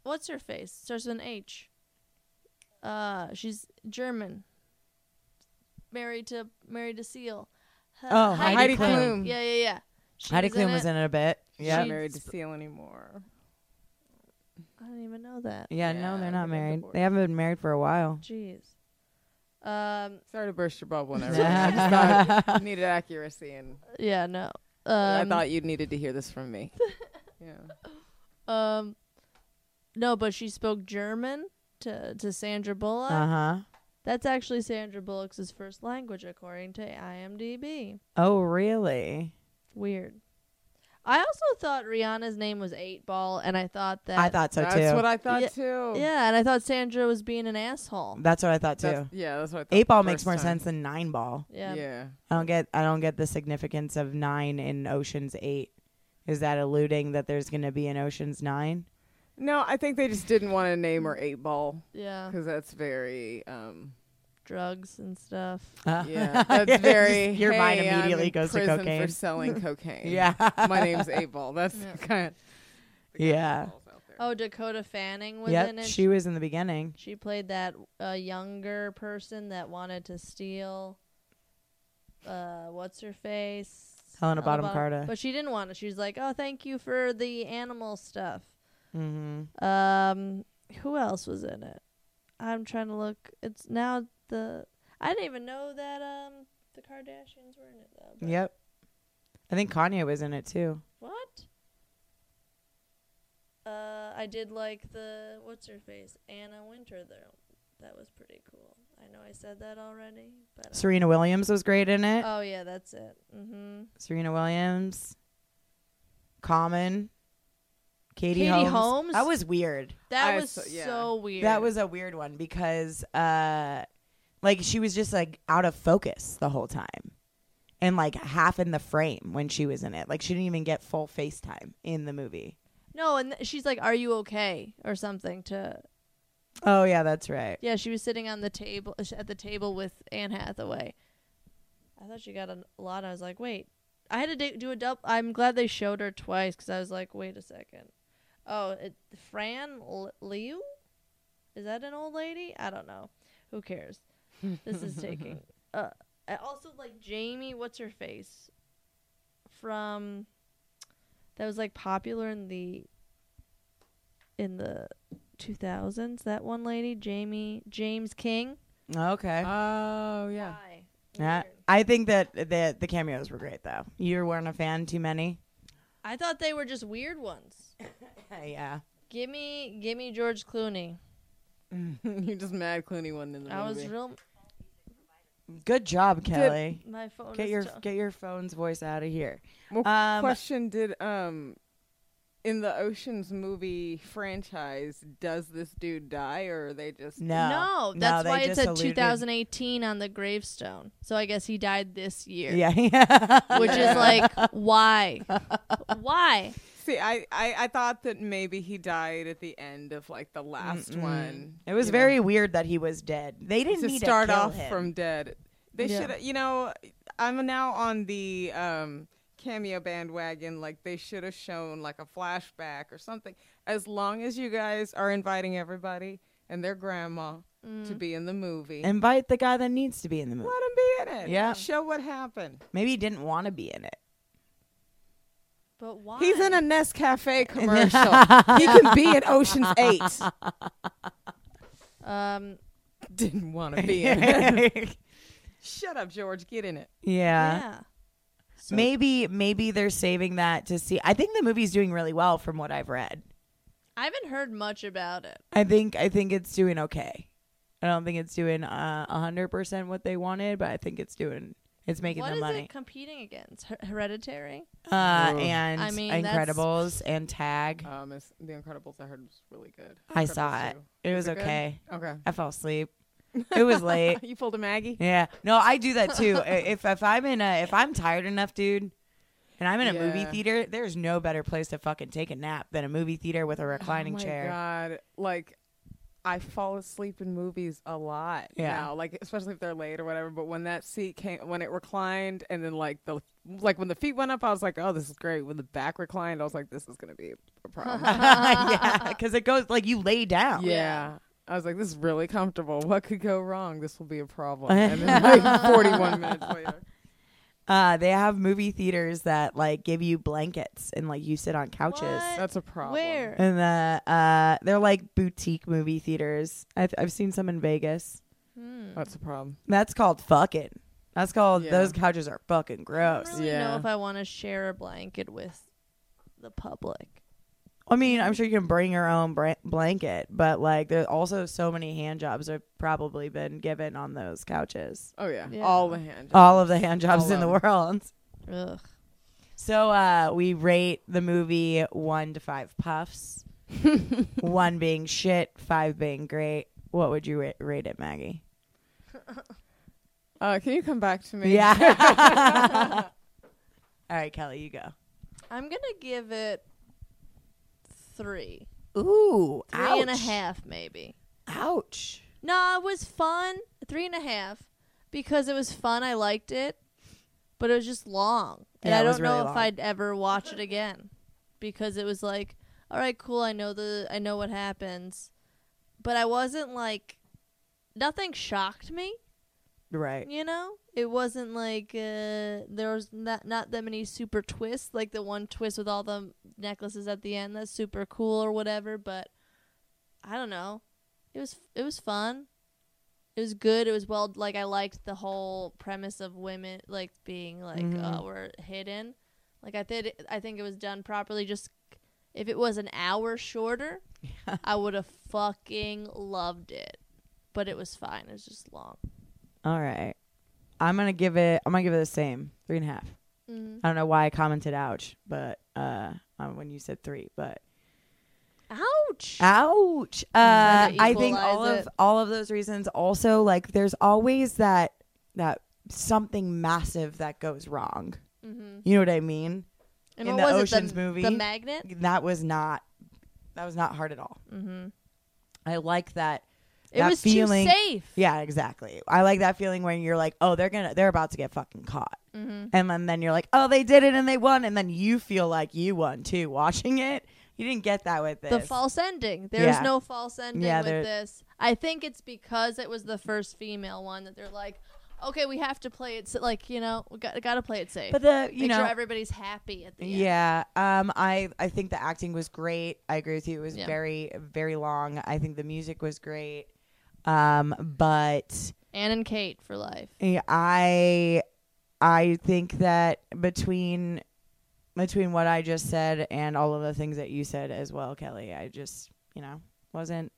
what's her face? Starts with an H. Uh, she's German. Married to married to Seal. H-
Oh, Heidi
Klum.
Yeah, yeah, yeah. She
Heidi
was in
Klum was
it.
in it a bit.
Yeah.
Yeah.
Not
She-
married to Seal anymore.
I didn't even know that.
yeah,
Yeah,
no, they're
they've
not
been
married.
divorced.
They haven't been married for a while.
Jeez. Um.
Sorry to burst your
<laughs>
bubble. And everything. I just thought you needed accuracy, and
Yeah. No. Um,
I thought you needed to hear this
<laughs>
from me. yeah.
Um. No, but she spoke German to to Sandra Bullock.
Uh huh.
That's actually Sandra Bullock's first language, according to IMDb.
Oh, really?
Weird. I also thought Rihanna's name was Eight Ball, and I thought that
I thought oh. so
That's
too.
what I thought
Yeah.
too.
yeah, and I thought Sandra was being an asshole.
that's what I thought
That's,
too.
yeah, that's what I thought.
Eight ball
the
makes
first
more
time.
sense than nine ball.
Yeah,
yeah.
I don't get. I don't get the significance of nine in Ocean's Eight. Is that alluding that there's going to be an Ocean's Nine?
No, I think they just didn't want to name her Eight Ball
yeah,
because that's very, um,
drugs and stuff.
Uh, <laughs>
yeah, that's very.
Your mind
"Hey, I'm
immediately
in
goes to
prison
cocaine.
for selling
<laughs>
cocaine.
Yeah.
my name's
<laughs>
Eight Ball. That's the kind. Of, the kind of
Yeah.
balls out there.
Oh, Dakota Fanning was in
Yep,
it.
she was in the beginning.
she played that uh, younger person that wanted to steal. Uh, what's her face?
Helena Bonham Carter.
But she didn't want it. She was like, "Oh, thank you for the animal stuff."
Mm-hmm.
Um, who else was in it? I'm trying to look. It's now the. I didn't even know that um the Kardashians were in it though. but-
Yep. I think Kanye was in it too.
What?
uh, I did like the what's her face Anna Winter though. That was pretty cool. I know I said that already, but uh,
Serena Williams was great in it.
oh yeah, that's it. Mm-hmm.
Serena Williams, Common, Katie,
Katie
Holmes.
Holmes?
That was weird.
That
I
was
saw- yeah.
so weird.
That was a weird one because, uh, like, she was just like out of focus the whole time, and like half in the frame when she was in it. Like, she didn't even get full face time in the movie.
no, and th- she's like, "Are you okay?" or something. To
Oh yeah, that's right.
yeah, she was sitting on the table uh, at the table with Anne Hathaway. I thought she got a lot. I was like, wait, I had to do- do a double. I'm glad they showed her twice because I was like, wait a second. Oh, it, Fran L- Liu, is that an old lady? I don't know. Who cares? This is taking. Uh, I also like Jamie. What's her face? From that was like popular in the in the 2000s. That one lady, Jamie James King.
Okay.
Oh
<laughs>
yeah.
Hi.
yeah.
Weird.
I think that the the cameos were great though. You weren't a fan too many.
I thought they were just weird ones.
<laughs> yeah.
Give me, give me George Clooney.
you just mad Clooney one in the
I was
movie.
real.
Good job, Kelly.
My phone.
Get
is
your
to-
get your phone's voice out of here.
What
Um,
question did um in the Ocean's movie franchise does this dude die or are they just
No,
no, that's
they
why it
just
said
alluded-
2018 on the gravestone. So I guess he died this year.
Yeah, yeah.
Which
<laughs>
is <laughs> like, why? Why?
See, I, I I thought that maybe he died at the end of like the last one.
It was
you know,
very weird that he was dead. They didn't
to
need
start
to kill
off
him.
from dead. They
Yeah.
should, you know, I'm now on the um cameo bandwagon like they should have shown like a flashback or something as long as you guys are inviting everybody and their grandma
Mm.
to be in the movie
invite the guy that needs to be in the movie.
Let him be in it.
Yeah.
Show what happened.
Maybe he didn't want to be in it. <laughs>
But why?
He's in a
<laughs>
Nest Cafe commercial. he can be in Ocean's Eight.
Um,
Didn't want
<laughs>
to be in it. Shut up, George. Get in it.
yeah.
yeah.
Maybe maybe they're saving that to see. I think the movie's doing really well from what I've read.
I haven't heard much about it.
I think I think it's doing okay. I don't think it's doing uh, a hundred percent what they wanted, but I think it's doing it's making
What
the
is
money.
it competing against? Her- Hereditary.
uh, and
I mean, that's-
Incredibles and Tag.
Um, it's, The Incredibles I heard was really good.
I saw
Incredibles
it.
two.
It was
it good?
okay.
Okay.
I fell asleep. It was
<laughs>
late.
You pulled a Maggie?
Yeah. No, I do that too. I- if if I'm in a if I'm tired enough, dude, and I'm in a movie
Yeah.
theater, there's no better place to fucking take a nap than a movie theater with a reclining
oh my
chair.
God. Like, I fall asleep in movies a lot
Yeah.
now, like especially if they're late or whatever. But when that seat came, when it reclined, and then like the like when the feet went up, I was like, "Oh, this is great." When the back reclined, I was like, "This is gonna be
<laughs>
a problem."
<laughs> Oh, yeah, because it goes like you lay down.
Yeah. I was like, this is really comfortable. What could go wrong? This will be
<laughs>
a problem. And then like 41 minutes later.
Uh, they have movie theaters that like give you blankets and like you sit on couches.
What?
That's a problem.
Where?
And the uh, they're like boutique movie theaters. I've I've seen some in Vegas.
That's a problem.
That's called fucking. That's called
Yeah.
those couches are fucking
I
gross.
don't really know
Yeah.
if I want to share a blanket with the public.
I mean, I'm sure you can bring your own bra- blanket, but like there's also so many hand jobs have probably been given on those couches.
Oh, yeah.
Yeah.
All the hand.
All of the hand jobs
All
in the
of
world.
Ugh.
So uh, we rate the movie one to five
<laughs>
puffs, one being shit, five being great. What would you ra- rate it, Maggie?
Uh, can you come back to me? <laughs>
Yeah. <laughs> All right, Kelly, you go.
I'm gonna give it three,
Ooh,
three and a half, maybe.
Ouch.
No, it was fun. Three and a half because it was fun. I liked it, but it was just long, and
Yeah,
I
it was
don't know
really
if
long.
I'd ever watch it again because it was like, all right, cool. I know the, I know what happens, but I wasn't like, nothing shocked me.
Right.
You know, it wasn't like uh, there was not not that many super twists, like the one twist with all the necklaces at the end. That's super cool or whatever. But I don't know. It was it was fun. It was good. It was well. Like I liked the whole premise of women like being like uh, we're hidden. Like I did. I think it was done properly. Just
If it was an hour shorter, I would have fucking loved it. But it was fine. It was just long.
All right. I'm gonna give it. I'm gonna give it the same three and a half. I don't know why I commented ouch, but uh, um, when you said three, but
Ouch.
ouch. Uh,
Gotta
I think all
equalize
of
it.
all of those reasons. Also, like there's always that that something massive that goes wrong.
Mm-hmm.
You know what I mean?
And
in
what
the
was it,
Ocean's movie.
The magnet.
That was not. That was not hard at all. Mm-hmm. I like that.
It
that
was
feeling.
too safe.
Yeah, exactly. I like that feeling when you're like, oh, they're gonna, they're about to get fucking caught,
Mm-hmm.
and then then you're like, oh, they did it and they won, and then you feel like you won too watching it. You didn't get that with this.
The false ending. There's
Yeah.
no false ending
Yeah, there-
with this. I think it's because it was the first female one that they're like, okay, we have to play it. sa- Like you know, we got got to play it safe.
but the you
Make
know,
sure everybody's happy at the end.
yeah. Um, I I think the acting was great. I agree with you. It was
Yeah.
very very long. I think the music was great. Um, but
Anne and Kate for life.
Yeah, Eh, I I think that between between what I just said and all of the things that you said as well, Kelly, I just, you know, wasn't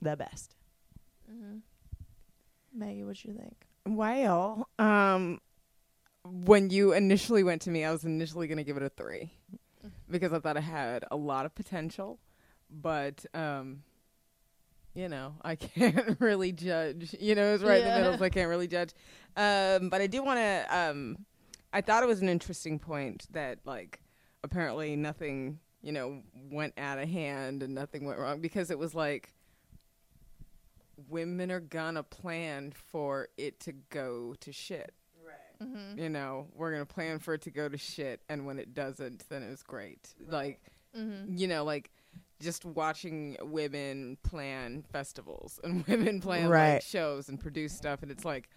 the best.
Maggie, what you think?
Well, um, when you initially went to me, I was initially going to give it a three because I thought it had a lot of potential, but um, you know, I <laughs> can't really judge. You know, it was right in the middle, so I can't really judge. Um, but I do want to. Um, I thought it was an interesting point that like apparently nothing you know went out of hand and nothing went wrong because it was like women are gonna plan for it to go to shit. Right.
Mm-hmm.
You know, we're gonna plan for it to go to shit, and when it doesn't, then it was great. Like,
Mm-hmm.
you know, like just watching women plan festivals and <laughs> women plan
Right.
like shows and produce stuff, and it's like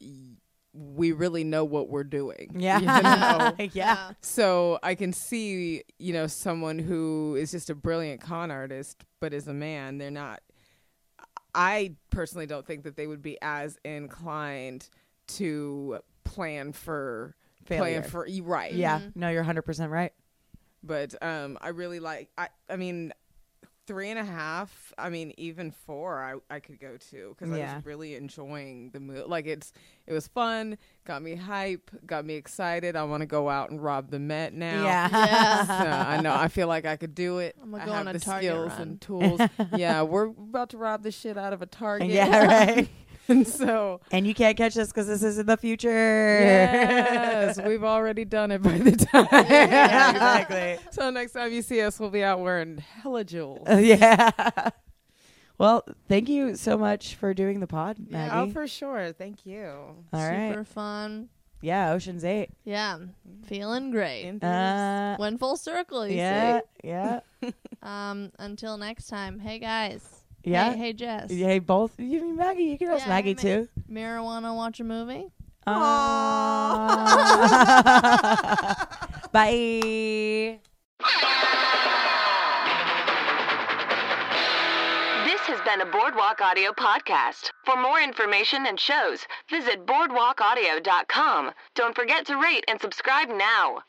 y- we really know what we're doing.
Yeah.
<laughs> You know?
<laughs> yeah.
So I can see, you know, someone who is just a brilliant con artist, but is a man. They're not. I personally don't think that they would be as inclined to plan for
Failure.
plan for right.
Yeah. No, you're 100% right.
But um, I really like. I I mean, three and a half. I mean, even four. I I could go to because I
Yeah.
was really enjoying the movie. Like it's it was fun. Got me hype. Got me excited. I want to go out and rob the Met now.
Yeah.
Yeah.
<laughs> So, I know. I feel like I could do it.
I'm gonna
I
go
have
on a
the
Target
skills
run.
and tools.
<laughs>
yeah, we're about to rob the shit out of a Target.
yeah, right.
<laughs> and so
and you can't catch us because this is in the future.
yes, we've already done it by the time.
<laughs>
<laughs>
yeah, exactly.
So next time you see us, we'll be out wearing hella jewels.
yeah. Well, thank you so much for doing the pod, Maggie.
Oh, for sure. Thank you.
All right. Mm-hmm.
Super fun.
Yeah, Ocean's 8.
Yeah. Feeling great.
Uh,
Went full circle, you
yeah.
see.
Yeah.
Um, until next time. Hey guys.
Yeah.
<laughs> Hey, hey Jess.
Hey, both. You mean Maggie? You can ask
Yeah,
Maggie
Ma-
too.
Marijuana watch a movie?
Aw. <laughs> Bye.
This has been a Boardwalk Audio podcast. For more information and shows, visit boardwalkaudio.com. Don't forget to rate and subscribe now.